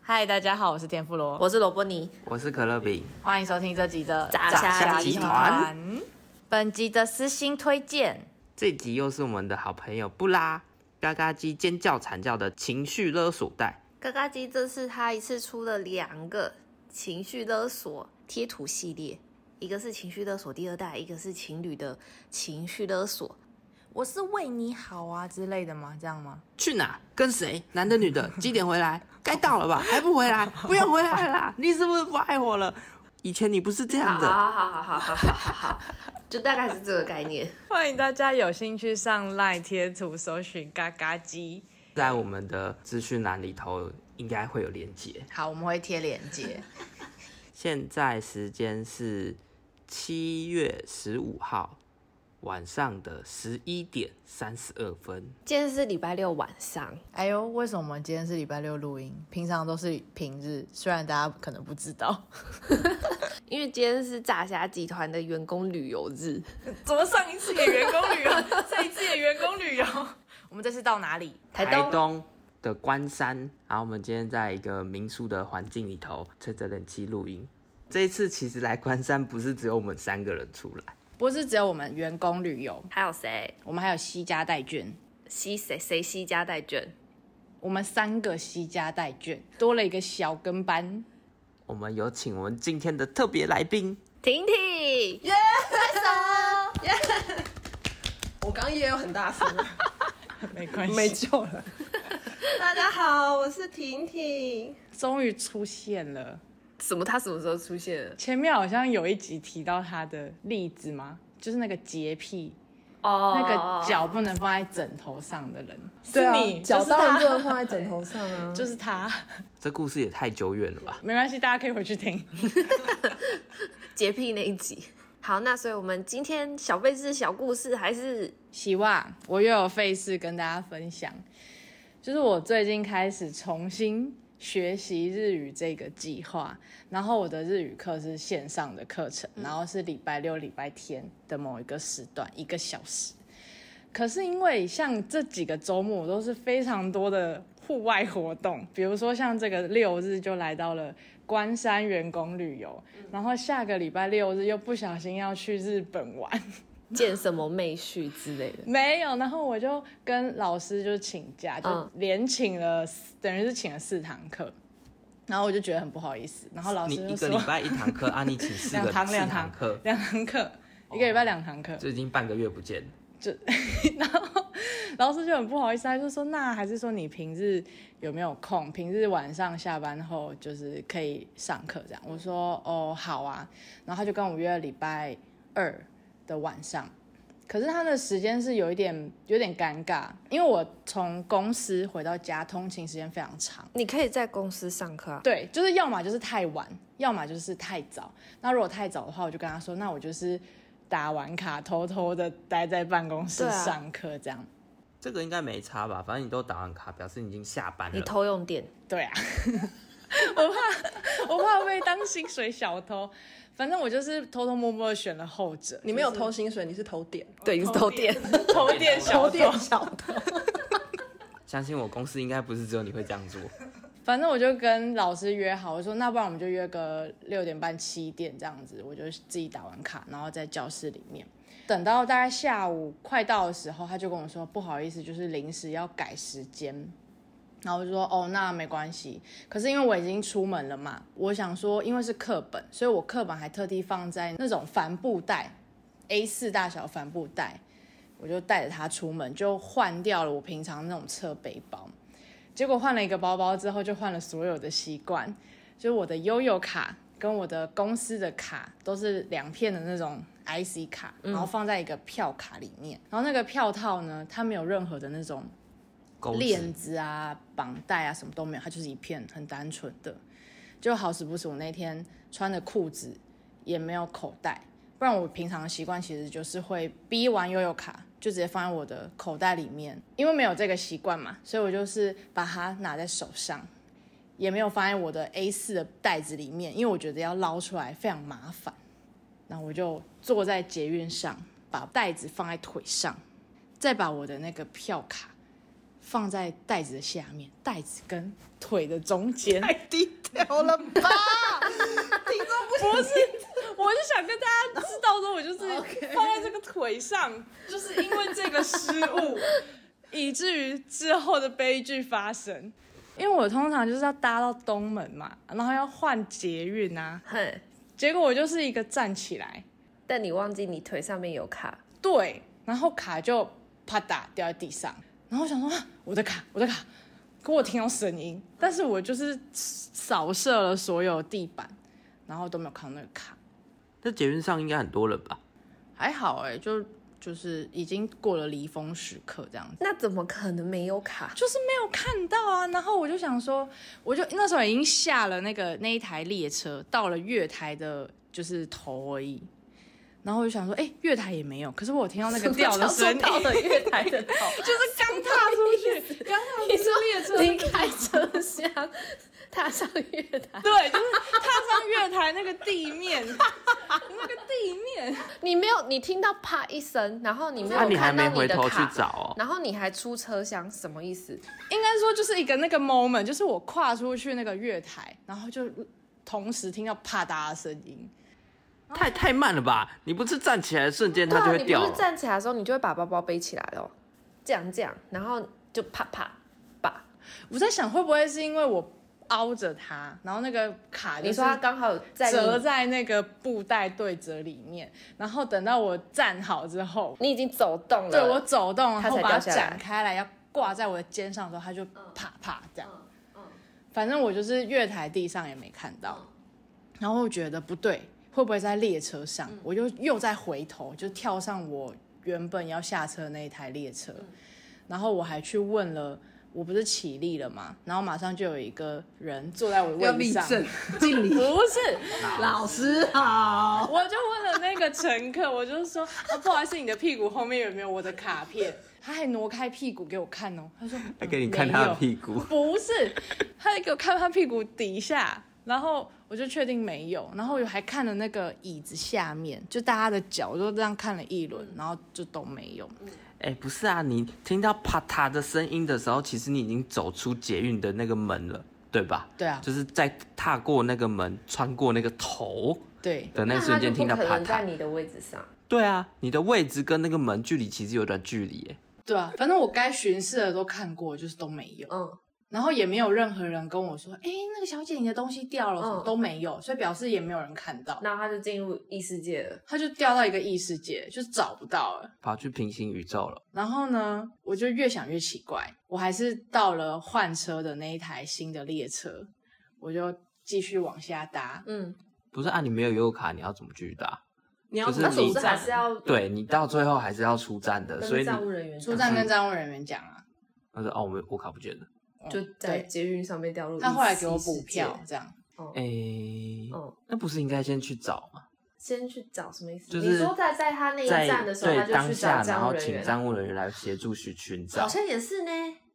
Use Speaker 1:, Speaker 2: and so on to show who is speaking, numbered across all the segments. Speaker 1: 嗨，大家好，我是田富罗，
Speaker 2: 我是罗伯尼，
Speaker 3: 我是可乐饼，
Speaker 1: 欢迎收听这集的
Speaker 2: 炸虾集团。本集的私心推荐，
Speaker 3: 这集又是我们的好朋友布拉嘎嘎鸡尖叫惨叫的情绪勒索带，
Speaker 4: 嘎嘎鸡这次他一次出了两个情绪勒索贴图系列，一个是情绪勒索第二代，一个是情侣的情绪勒索。
Speaker 1: 我是为你好啊之类的吗？这样吗？
Speaker 3: 去哪？跟谁？男的女的？几点回来？该到了吧？还不回来？不要回来啦！你是不是不爱我了？以前你不是这样
Speaker 5: 啊
Speaker 3: 的。
Speaker 4: 好好好好好好好好，就大概是这个概念。
Speaker 1: 欢迎大家有兴趣上赖贴图搜寻嘎嘎鸡。
Speaker 3: 在我们的资讯栏里头应该会有连接。
Speaker 1: 好，我们会贴链接。
Speaker 3: 现在时间是七月十五号晚上的十一点三十二分。
Speaker 4: 今天是礼拜六晚上，
Speaker 1: 哎呦，为什么我们今天是礼拜六录音？平常都是平日，虽然大家可能不知道。
Speaker 4: 因为今天是炸虾集团的员工旅游日，
Speaker 1: 怎么上一次也员工旅游， 这一次也员工旅游？ 我们这次到哪里？
Speaker 4: 台
Speaker 3: 台
Speaker 4: 东
Speaker 3: 东的关山，然后我们今天在一个民宿的环境里头吹着冷气录音。这一次其实来关山不是只有我们三个人出来，
Speaker 1: 不是只有我们员工旅游，
Speaker 4: 还有谁
Speaker 1: 我们还有西家带券，
Speaker 4: 西谁谁西家带卷，
Speaker 1: 我们三个西家带券，多了一个小跟班。
Speaker 3: 我们有请我们今天的特别来宾，
Speaker 4: 婷婷，
Speaker 6: 我刚刚也有很大声，
Speaker 1: 没关系，
Speaker 6: 没救了。大家好，我是婷婷。
Speaker 1: 终于出现了。
Speaker 4: 什么他什么时候出现了？
Speaker 1: 前面好像有一集提到他的例子吗？就是那个洁癖，
Speaker 4: 哦
Speaker 1: 那个脚不能放在枕头上的人，
Speaker 6: 对啊
Speaker 1: 是你，，
Speaker 6: 脚
Speaker 1: 就是
Speaker 6: 当然
Speaker 1: 他，
Speaker 6: 不能放在枕头上啊。
Speaker 1: 就是他。
Speaker 3: 这故事也太久远了吧？
Speaker 1: 没关系，大家可以回去听。
Speaker 4: 洁癖那一集。好，那所以我们今天小贝是小故事还是
Speaker 1: 希望我又有费事跟大家分享，就是我最近开始重新学习日语这个计划，然后我的日语课是线上的课程，然后是礼拜六、礼拜天的某一个时段，一个小时。可是因为像这几个周末我都是非常多的户外活动，比如说像这个六日就来到了关山员工旅游，然后下个礼拜六日又不小心要去日本玩，
Speaker 4: 见什么妹婿之类的？
Speaker 1: 没有，然后我就跟老师就请假，就
Speaker 4: 嗯
Speaker 1: 连请了四，等于是请了四堂课，然后我就觉得很不好意思，然后老
Speaker 3: 你
Speaker 1: 师
Speaker 3: 一
Speaker 1: 就
Speaker 3: 个
Speaker 1: 说
Speaker 3: 礼拜一堂课，啊，你请四
Speaker 1: 两
Speaker 3: 个
Speaker 1: 堂
Speaker 3: 四
Speaker 1: 两
Speaker 3: 堂 课，
Speaker 1: 两堂课，一个礼拜两堂课，
Speaker 3: 最近半个月不见了。
Speaker 1: 然后老师就很不好意思，他就说那还是说你平日有没有空？平日晚上下班后就是可以上课这样。我说哦好啊，然后他就跟我约了礼拜二的晚上，可是他的时间是有一点有点尴尬，因为我从公司回到家通勤时间非常长。
Speaker 4: 你可以在公司上课啊。
Speaker 1: 对，就是要么就是太晚，要么就是太早。那如果太早的话，我就跟他说，那我就是打完卡，偷偷的待在办公室
Speaker 4: 对啊
Speaker 1: 上课这样。
Speaker 3: 这个应该没差吧？反正你都打完卡，表示你已经下班
Speaker 4: 你
Speaker 3: 了。
Speaker 4: 偷用 电，
Speaker 1: 对啊， 我怕我怕被当薪水小偷，反正我就是偷偷摸摸的选了后者。
Speaker 6: 你没有偷薪水，你是偷点，
Speaker 4: 对，你是偷电。
Speaker 1: 偷电小偷，
Speaker 6: 小偷。
Speaker 3: 相信我，公司应该不是只有你会 这样做。
Speaker 1: 反正我就跟老师约好，我说那不然我们就约个六点半七点这样子，我就自己打完卡，然后在教室里面等到大概下午快到的时候，他就跟我说不好意思，就是临时要改时间。然后我就说哦，那没关系。可是因为我已经出门了嘛，我想说，因为是课本，所以我课本还特地放在那种帆布袋，A 四大小帆布袋，我就带着它出门，就换掉了我平常那种侧背包。结果换了一个包包之后，就换了所有的习惯，就是我的悠游卡跟我的公司的卡都是两片的那种 IC 卡，然后放在一个票卡里面。然后那个票套呢，它没有任何的那种
Speaker 3: 钩子
Speaker 1: 链子啊、绑带啊，什么都没有，它就是一片很单纯的。就好死不死，我那天穿的裤子也没有口袋，不然我平常的习惯其实就是会逼完悠悠卡就直接放在我的口袋里面，因为没有这个习惯嘛，所以我就是把它拿在手上，也没有放在我的 A 4的袋子里面，因为我觉得要捞出来非常麻烦。然后我就坐在捷运上，把袋子放在腿上，再把我的那个票卡放在袋子的下面，袋子跟腿的中间。
Speaker 6: 低调了吧？听 众不
Speaker 1: 哎不是，我就想跟大家知道说，我就是放在这个腿上，就是因为这个失误，以至于之后的悲剧发生。因为我通常就是要搭到东门嘛，然后要换捷运啊，
Speaker 5: 哼，
Speaker 1: 结果我就是一个站起来，
Speaker 5: 但你忘记你腿上面有卡，
Speaker 1: 对，然后卡就啪嗒掉在地上，然后我想说啊我的卡，我的卡，可我听到声音，但是我就是扫射了所有地板，然后都没有看到那个卡。
Speaker 3: 那捷运上应该很多人吧？
Speaker 1: 还好哎、就就是已经过了离峰时刻这样子，
Speaker 5: 那怎么可能没有 卡？
Speaker 1: 就是没有看到啊。然后我就想说，我就那时候已经下了那个那一台列车，到了月台的，就是头而已。然后我就想说，哎、月台也没有，可是我有听到那个掉的声音，
Speaker 5: 到了月台的头，
Speaker 1: 就是刚踏出去，刚踏出去列车
Speaker 5: 离开车厢，踏上月 台，
Speaker 1: 对，就是踏上月台那个地面， 那个地面，
Speaker 5: 你没有，你听到啪一声，然后你没有
Speaker 3: 那啊你还
Speaker 5: 看到
Speaker 3: 没回
Speaker 5: 的
Speaker 3: 头去
Speaker 5: 卡，
Speaker 3: 找哦？
Speaker 5: 然后你还出车厢，什么意思？
Speaker 1: 应该说就是一个那个 moment，就是我跨出去那个月台，然后就同时听到啪嗒的声音，
Speaker 3: 太太慢了吧？你不是站起来的瞬间它就
Speaker 5: 啊，
Speaker 3: 会
Speaker 5: 你
Speaker 3: 掉
Speaker 5: 哦不是
Speaker 3: 了？
Speaker 5: 站起来的时候，你就会把包包背起来咯，这样这样，然后就啪啪啪。
Speaker 1: 我在想会不会是因为我凹着它，然后那个卡就
Speaker 5: 你
Speaker 1: 是
Speaker 5: 说他刚好在
Speaker 1: 折
Speaker 5: 你，
Speaker 1: 在那个布袋对折里面，然后等到我站好之后，
Speaker 5: 你已经走动了，
Speaker 1: 对我走动，然
Speaker 5: 它
Speaker 1: 后
Speaker 5: 才
Speaker 1: 把它
Speaker 5: 掉下来嗯
Speaker 1: 展开来要挂在我的肩上的时候，它就啪啪这样。反正我就是月台地上也没看到，
Speaker 5: 嗯
Speaker 1: 然后我觉得不对，会不会在列车上？
Speaker 5: 嗯
Speaker 1: 我就又再回头，就跳上我原本要下车的那一台列车，
Speaker 5: 嗯
Speaker 1: 然后我还去问了。我不是起立了嘛，然后马上就有一个人坐在我的
Speaker 6: 要
Speaker 1: 位
Speaker 6: 立
Speaker 1: 置上，
Speaker 6: 正，敬礼，
Speaker 1: 不是，
Speaker 6: 老师好。
Speaker 1: 我就问了那个乘客，我就说、啊，不好意思，你的屁股后面有没有我的卡片？他还挪开屁股给我看哦，他说
Speaker 3: 还给你看他的屁股，
Speaker 1: 不是，他还给我看他屁股底下，然后我就确定没有，然后我还看了那个椅子下面，就大家的脚，我就这样看了一轮，然后就都没有。
Speaker 3: 哎、不是啊，你听到啪嗒的声音的时候，其实你已经走出捷运的那个门了，对吧？
Speaker 1: 对啊
Speaker 3: 就是在踏过那个门，穿过那个头
Speaker 1: 对，
Speaker 3: 的那
Speaker 5: 那
Speaker 3: 瞬间听到
Speaker 5: 他就不可
Speaker 3: 啪
Speaker 5: 能在
Speaker 3: 嗒。
Speaker 5: 你的位置上。
Speaker 3: 对啊，你的位置跟那个门距离其实有点距离耶。
Speaker 1: 对啊，反正我该巡视的都看过，就是都没有，
Speaker 5: 嗯，
Speaker 1: 然后也没有任何人跟我说，哎，那个小姐你的东西掉了，什么
Speaker 5: 嗯
Speaker 1: 都没有，所以表示也没有人看到。
Speaker 5: 然后他就进入异世界了。
Speaker 1: 他就掉到一个异世界，就是找不到了。
Speaker 3: 跑去平行宇宙了，
Speaker 1: 然后呢，我就越想越奇怪，我还是到了换车的那一台新的列车，我就继续往下搭。
Speaker 5: 嗯，
Speaker 3: 不是啊？你没有悠游卡，你要怎么去搭？
Speaker 1: 你要
Speaker 3: 就是
Speaker 5: 那
Speaker 1: 怎
Speaker 5: 是
Speaker 1: 么
Speaker 5: 不
Speaker 1: 出
Speaker 5: 是还
Speaker 1: 站？
Speaker 5: 是要
Speaker 3: 对你到最后还是要出站的，所以
Speaker 5: 跟
Speaker 3: 你
Speaker 5: 站务人员
Speaker 1: 出站跟站务人员讲啊，
Speaker 3: 他说哦，我没我卡不见了。
Speaker 1: 嗯
Speaker 5: 就在
Speaker 1: 对
Speaker 5: 捷运上面掉入异世界。
Speaker 1: 他后来给我补票，这样
Speaker 3: 哎、
Speaker 5: 嗯，
Speaker 3: 那不是应该先去找吗？
Speaker 5: 先去找什么意思？
Speaker 3: 就
Speaker 5: 你
Speaker 3: 是
Speaker 5: 说在在他那一
Speaker 3: 在
Speaker 5: 站的时候，他
Speaker 3: 对当
Speaker 5: 就去
Speaker 3: 下，
Speaker 5: 找
Speaker 3: 然
Speaker 5: 站务
Speaker 3: 后
Speaker 5: 人
Speaker 3: 请
Speaker 5: 员，
Speaker 3: 站务人员来协助去寻找
Speaker 5: 好。像也是呢。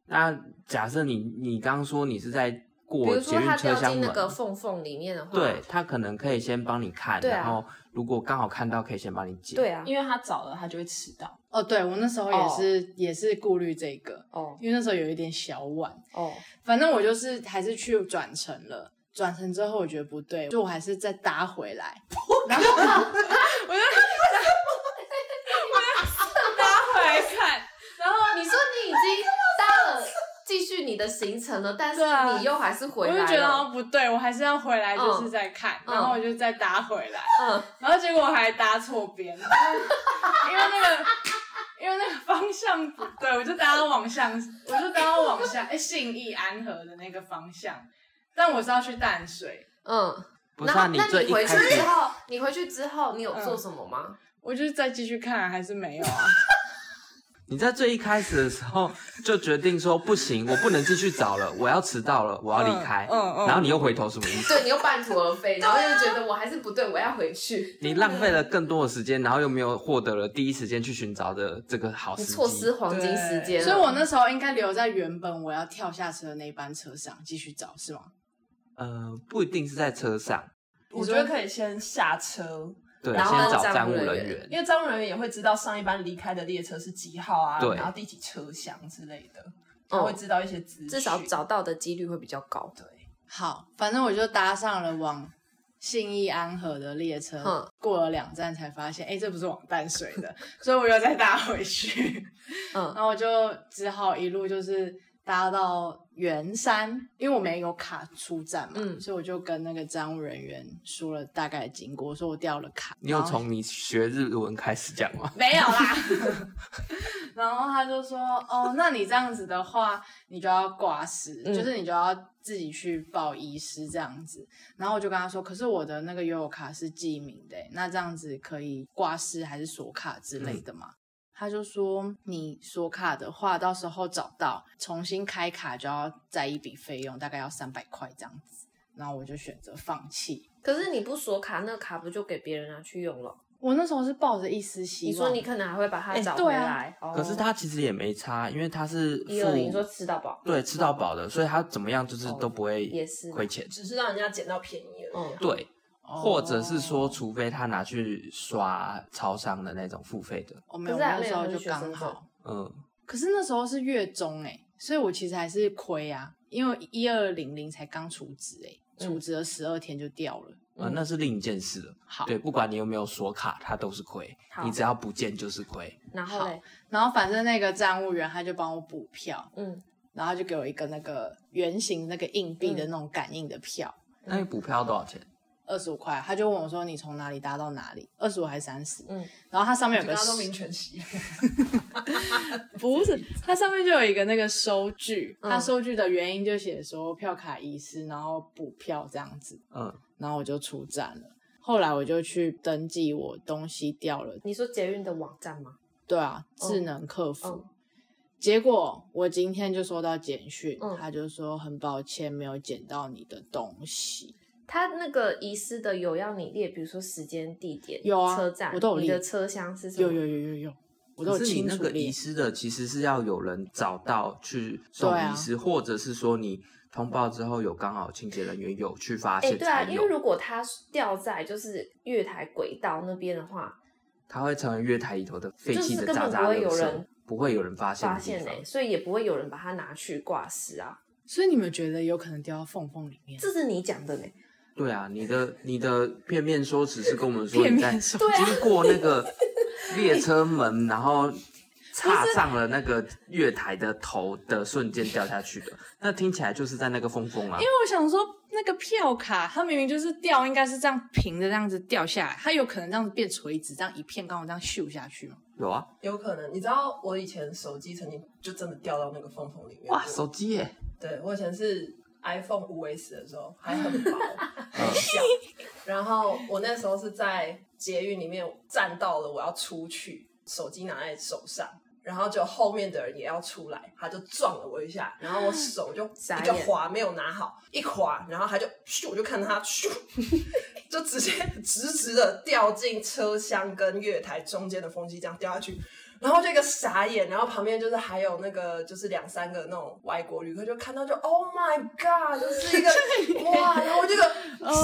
Speaker 3: 那假设你你刚刚说你是在
Speaker 5: 比
Speaker 3: 过
Speaker 5: 如
Speaker 3: 捷
Speaker 5: 说
Speaker 3: 运
Speaker 5: 他
Speaker 3: 车
Speaker 5: 掉
Speaker 3: 厢
Speaker 5: 进
Speaker 3: 门
Speaker 5: 那，个缝缝里面的话，
Speaker 3: 对他可能可以先帮你看，
Speaker 5: 对啊
Speaker 3: 然后如果刚好看到可以先帮你解。
Speaker 5: 对啊，
Speaker 6: 因为他早了，他就会迟到。
Speaker 1: 哦，对我那时候也是、也是顾虑这个，
Speaker 5: 哦
Speaker 1: 因为那时候有一点小晚，
Speaker 5: 哦，
Speaker 1: 反正我就是还是去转乘了。转乘之后我觉得不对，就我还是再搭回来，然后我就我就搭回来看，然后
Speaker 5: 你说你已经搭了继续你的行程了，但是
Speaker 1: 对啊
Speaker 5: 你又还是
Speaker 1: 我
Speaker 5: 回
Speaker 1: 就
Speaker 5: 来
Speaker 1: 觉得好
Speaker 5: 了，
Speaker 1: 像不对，我还是要回来就是再看，
Speaker 5: 嗯
Speaker 1: 然后我就再搭回来，
Speaker 5: 嗯，
Speaker 1: 然后结果我还搭错边，因为那个。因为那个方向不对，我就搭到往向，我就搭到往下，哎、信义安和的那个方向，但我是要去淡水，
Speaker 5: 嗯，
Speaker 3: 不是
Speaker 5: 然
Speaker 3: 啊，
Speaker 5: 后
Speaker 3: 你
Speaker 5: 那
Speaker 3: 最一
Speaker 5: 回去
Speaker 3: 开始
Speaker 5: 之后，你回去之后，你有
Speaker 1: 嗯
Speaker 5: 做什么吗？
Speaker 1: 我就是再继续看，还是没有 啊？
Speaker 3: 你在最一开始的时候就决定说不行，我不能继续找了，我要迟到了，我要离开。
Speaker 1: 嗯嗯嗯
Speaker 3: 然后你又回头什么 意思？
Speaker 5: 对你又半途而废，然后
Speaker 1: 啊
Speaker 5: 又觉得我还是不对，我要回去，
Speaker 3: 你浪费了更多的时间，然后又没有获得了第一时间去寻找的这个好
Speaker 5: 你
Speaker 3: 时机。
Speaker 5: 错失黄金时间
Speaker 4: 啊
Speaker 5: 了。
Speaker 1: 所以我那时候应该留在原本我要跳下车的那一班车上继续找，是吗？
Speaker 3: 呃，不一定是在车上，
Speaker 1: 你
Speaker 6: 我
Speaker 1: 说
Speaker 6: 觉得可以先下车，
Speaker 3: 对，
Speaker 6: 然
Speaker 3: 先
Speaker 6: 后
Speaker 3: 找
Speaker 2: 站
Speaker 3: 站
Speaker 2: 务
Speaker 3: 务
Speaker 2: 人
Speaker 3: 人
Speaker 2: 员
Speaker 3: 员。
Speaker 6: 因为站务人员也会知道上一班离开的列车是几号啊，
Speaker 3: 对
Speaker 6: 然后第几车厢之类的，他
Speaker 4: 哦
Speaker 6: 会知道一些资讯。
Speaker 4: 至少找到的几率会比较高。
Speaker 6: 对，
Speaker 1: 好，反正我就搭上了往信义安和的列车，
Speaker 4: 嗯
Speaker 1: 过了两站才发现，哎、这不是往淡水的， 所以我又再搭回去。
Speaker 4: 嗯
Speaker 1: 然后我就只好一路就是搭到圆山，因为我没有卡出站嘛，
Speaker 4: 嗯
Speaker 1: 所以我就跟那个站务人员说了大概的经过，我说我掉了卡。
Speaker 3: 你有
Speaker 1: 然后
Speaker 3: 从你学日文开始讲吗？
Speaker 1: 没有啦。 然后他就说：“哦，那你这样子的话，你就要挂失，
Speaker 4: 嗯
Speaker 1: 就是你就要自己去报医师这样子。”然后我就跟他说：“可是我的那个悠游卡是记名的，那这样子可以挂失还是锁卡之类的吗？”他就说：“你锁卡的话，到时候找到重新开卡就要再一笔费用，大概要三百块这样子。”然后我就选择放弃。
Speaker 4: 可是你不锁卡，那卡不就给别人拿去用了？
Speaker 1: 我那时候是抱着一丝希
Speaker 4: 你
Speaker 1: 望，
Speaker 4: 说你可能还会把它
Speaker 1: 哎
Speaker 4: 找回
Speaker 1: 对啊
Speaker 4: 来。哦
Speaker 3: 可是他其实也没差，因为他是
Speaker 4: 一二零说
Speaker 3: 付
Speaker 4: 吃到饱，
Speaker 3: 对吃到饱的，所以他怎么样就是
Speaker 4: 哦
Speaker 3: 都不
Speaker 4: 也
Speaker 3: 会
Speaker 4: 是
Speaker 3: 亏钱。
Speaker 6: 只是让人家捡到便宜而
Speaker 5: 嗯
Speaker 6: 已啊。
Speaker 3: 对，
Speaker 1: 哦，
Speaker 3: 或者是说，除非他拿去刷超商的那种付费的，
Speaker 1: 我没有，
Speaker 4: 可是还
Speaker 1: 那
Speaker 4: 没
Speaker 1: 时
Speaker 4: 有
Speaker 1: 候
Speaker 4: 那
Speaker 1: 就是
Speaker 4: 学
Speaker 1: 刚
Speaker 4: 生证
Speaker 1: 好。
Speaker 3: 嗯，
Speaker 1: 可是那时候是月中哎、所以我其实还是亏啊，因为一二零零才刚除职哎、
Speaker 4: 嗯
Speaker 1: 除职了十二天就掉了。
Speaker 3: 呃，那是另一件事了。
Speaker 1: 好，
Speaker 3: 对，不管你有没有锁卡，它都是亏。
Speaker 4: 好
Speaker 3: 你只要不见就是亏。
Speaker 4: 然后嘞，
Speaker 1: 然后反正那个站务员他就帮我补票，
Speaker 4: 嗯，
Speaker 1: 然后就给我一个那个圆形那个硬币的那种感应的票，
Speaker 3: 那你补票多少钱？
Speaker 1: 二十五块。他就问我说你从哪里搭到哪里，二十五还是三十？
Speaker 4: 嗯，
Speaker 1: 然后它上面有
Speaker 6: 大
Speaker 1: 个
Speaker 6: 家都名全席，
Speaker 1: 不是，它上面就有一个那个收据，
Speaker 4: 嗯
Speaker 1: 它收据的原因就写说票卡遗失，然后补票这样子。
Speaker 3: 嗯，
Speaker 1: 然后我就出站了。后来我就去登记我东西掉了，
Speaker 4: 你说捷运的网站吗？
Speaker 1: 对啊，
Speaker 4: 嗯
Speaker 1: 智能客服。
Speaker 4: 嗯
Speaker 1: 结果我今天就收到简讯，
Speaker 4: 嗯
Speaker 1: 他就说很抱歉没有捡到你的东西。
Speaker 4: 他那个遗失的有要你列，比如说时间、地点、
Speaker 1: 有啊
Speaker 4: 车站，
Speaker 1: 我都有列
Speaker 4: 你的车厢是什么？
Speaker 1: 有有有有有，我都
Speaker 3: 可
Speaker 1: 有
Speaker 3: 是你
Speaker 1: 清
Speaker 3: 那
Speaker 1: 楚
Speaker 3: 个
Speaker 1: 列
Speaker 3: 遗。
Speaker 4: 啊
Speaker 3: 失的，其实是要有人找到去送
Speaker 1: 对啊
Speaker 3: 遗失，或者是说你通报之后有刚好清洁人员有去发
Speaker 4: 哎、
Speaker 3: 现
Speaker 4: 对啊，
Speaker 3: 才
Speaker 4: 因
Speaker 3: 有
Speaker 4: 为，如果它掉在就是月台轨道那边的话，
Speaker 3: 它会成为月台里头的废弃
Speaker 4: 就是
Speaker 3: 的
Speaker 4: 根
Speaker 3: 渣
Speaker 4: 本
Speaker 3: 渣
Speaker 4: 不会
Speaker 3: 垃
Speaker 4: 有
Speaker 3: 圾
Speaker 4: 人，
Speaker 3: 不会有人发现
Speaker 4: 发
Speaker 3: 的地
Speaker 4: 现哎、
Speaker 3: 方。
Speaker 4: 所以也不会有人把它拿去挂失啊。
Speaker 1: 所以你们觉得有可能掉到缝缝里面？
Speaker 4: 这是你讲的呢、
Speaker 3: 对啊，你的你的片面说辞是跟我们说
Speaker 1: 片
Speaker 3: 你
Speaker 1: 面
Speaker 3: 在
Speaker 1: 说
Speaker 3: 经
Speaker 4: 啊
Speaker 3: 过那个 列车门，然后踏上了那个月台的头的瞬间掉下去的，那听起来就是在那个缝缝啊
Speaker 1: 因。为我想说，那个票卡它明明就是掉，应该是这样平的这样子掉下来，它有可能这样子变垂直，这样一片刚好这样咻下去吗？
Speaker 3: 有啊，
Speaker 6: 有可能。你知道我以前手机曾经就真的掉到那个缝缝里面过。
Speaker 3: 哇，手机耶，
Speaker 6: 对我以前是 iPhone 五 S 的时候还 很薄很小，然后我那时候是在捷运里面站到了我要出去，手机拿在手上。然后就后面的人也要出来，他就撞了我一下，然后我手就
Speaker 4: 傻
Speaker 6: 一个
Speaker 4: 眼
Speaker 6: 滑没有拿好，一滑，然后他就咻，我就看他咻，就直接 直直的掉进车厢跟月台中间的缝隙，这样掉下去，然后就一个傻眼，然后旁边就是还有那个就是两三个那种外国旅客就看到就 Oh my God，就是一个哇，然后我这个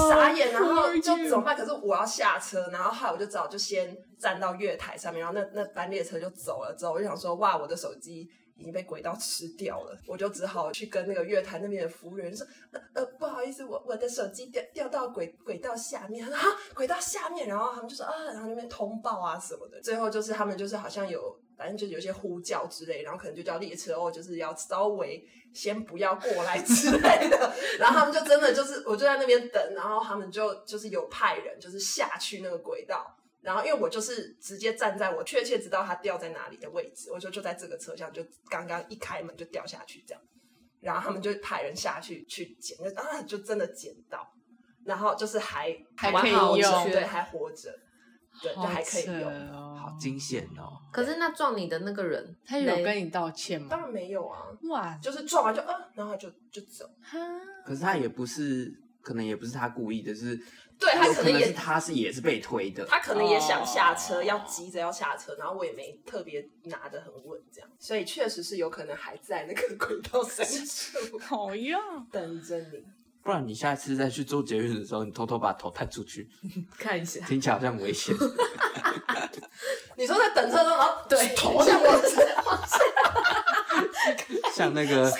Speaker 6: 傻眼，啊然后就怎么办？可是我要下车，然后后来我就只好就先站到月台上面，然后那那班列车就走了，之后我就想说哇，我的手机。已经被轨道吃掉了，我就只好去跟那个月台那边的服务员说：“呃呃，不好意思，我我的手机掉掉到轨轨道下面。” 他说：“啊，轨道下面。”然后他们就说：“啊，然后那边通报啊什么的。”最后就是他们就是好像有，反正就是有些呼叫之类，然后可能就叫列车哦，就是要稍微先不要过来之类的。然后他们就真的就是，我就在那边等，然后他们就就是有派人就是下去那个轨道。然后，因为我就是直接站在我确切知道它掉在哪里的位置，我就就在这个车厢，就刚刚一开门就掉下去这样。然后他们就派人下去去捡，就啊，就真的捡到，然后就是还
Speaker 1: 还
Speaker 6: 完
Speaker 1: 可以
Speaker 6: 好无
Speaker 1: 用
Speaker 6: 缺对，还活着，对，就还可以
Speaker 1: 好扯
Speaker 6: 用。
Speaker 1: 哦
Speaker 3: 好惊险哦！
Speaker 4: 可是那撞你的那个人，
Speaker 1: 他有
Speaker 4: 嘞
Speaker 1: 跟你道歉
Speaker 6: 当
Speaker 1: 吗？
Speaker 6: 然没有啊，
Speaker 1: 哇，
Speaker 6: 就是撞完就啊，然后就就走。
Speaker 1: 哈，
Speaker 3: 可是他也不是，可能也不是他故意的，是
Speaker 6: 对他
Speaker 3: 有
Speaker 6: 可
Speaker 3: 可
Speaker 6: 能
Speaker 3: 能
Speaker 6: 也
Speaker 3: 是他是也是被推的。
Speaker 6: 他可能也想下车，
Speaker 1: 哦
Speaker 6: 要急着要下车，然后我也没特别拿得很稳，这样，所 以确实是有可能还在那个轨道深处
Speaker 1: 讨厌。
Speaker 6: 等着你。
Speaker 3: 不然你下次再去做捷运的时候，你偷偷把头探出去，
Speaker 4: 看一 下，
Speaker 3: 听起来好像危 险。
Speaker 6: 你说在等车的时候，然 后
Speaker 4: 哦对
Speaker 6: 头向我
Speaker 3: 像那个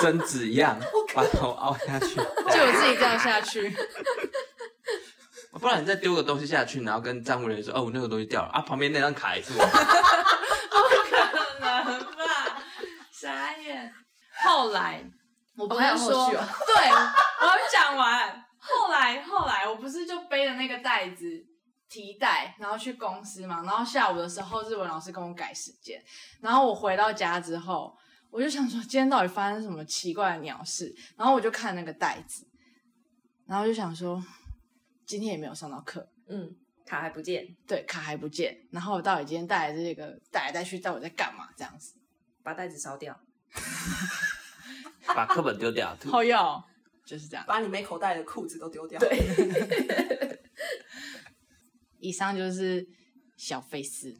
Speaker 3: 贞子一样，把头凹下 去，
Speaker 1: 就我自己掉下去。
Speaker 3: 不然你再丢个东西下去，然后跟站务人员说：“哦，我那个东西掉了啊，旁边那张卡也是我的。
Speaker 1: 能吧？傻眼。后来我不
Speaker 6: 哦还有
Speaker 1: 是
Speaker 6: 后
Speaker 1: 说，
Speaker 4: 啊
Speaker 6: 续哦
Speaker 1: 对，我还没讲完。后来后来，我不是就背着那个袋子提袋，然后去公司嘛。然后下午的时候，日文老师跟我改时间，然后我回到家之后，我就想说今天到底发生什么奇怪的鸟事。然后我就看那个袋子，然后就想说今天也没有上到课，
Speaker 4: 嗯，卡还不见，
Speaker 1: 对，卡还不见。然后我到底今天带来这个带来带去，到底在干嘛？这样子。
Speaker 4: 把袋子烧掉，
Speaker 3: 把课本丢掉。
Speaker 1: 好用，就是这样。
Speaker 6: 把你没口袋的裤子都丢掉。
Speaker 1: 以上就是小费事，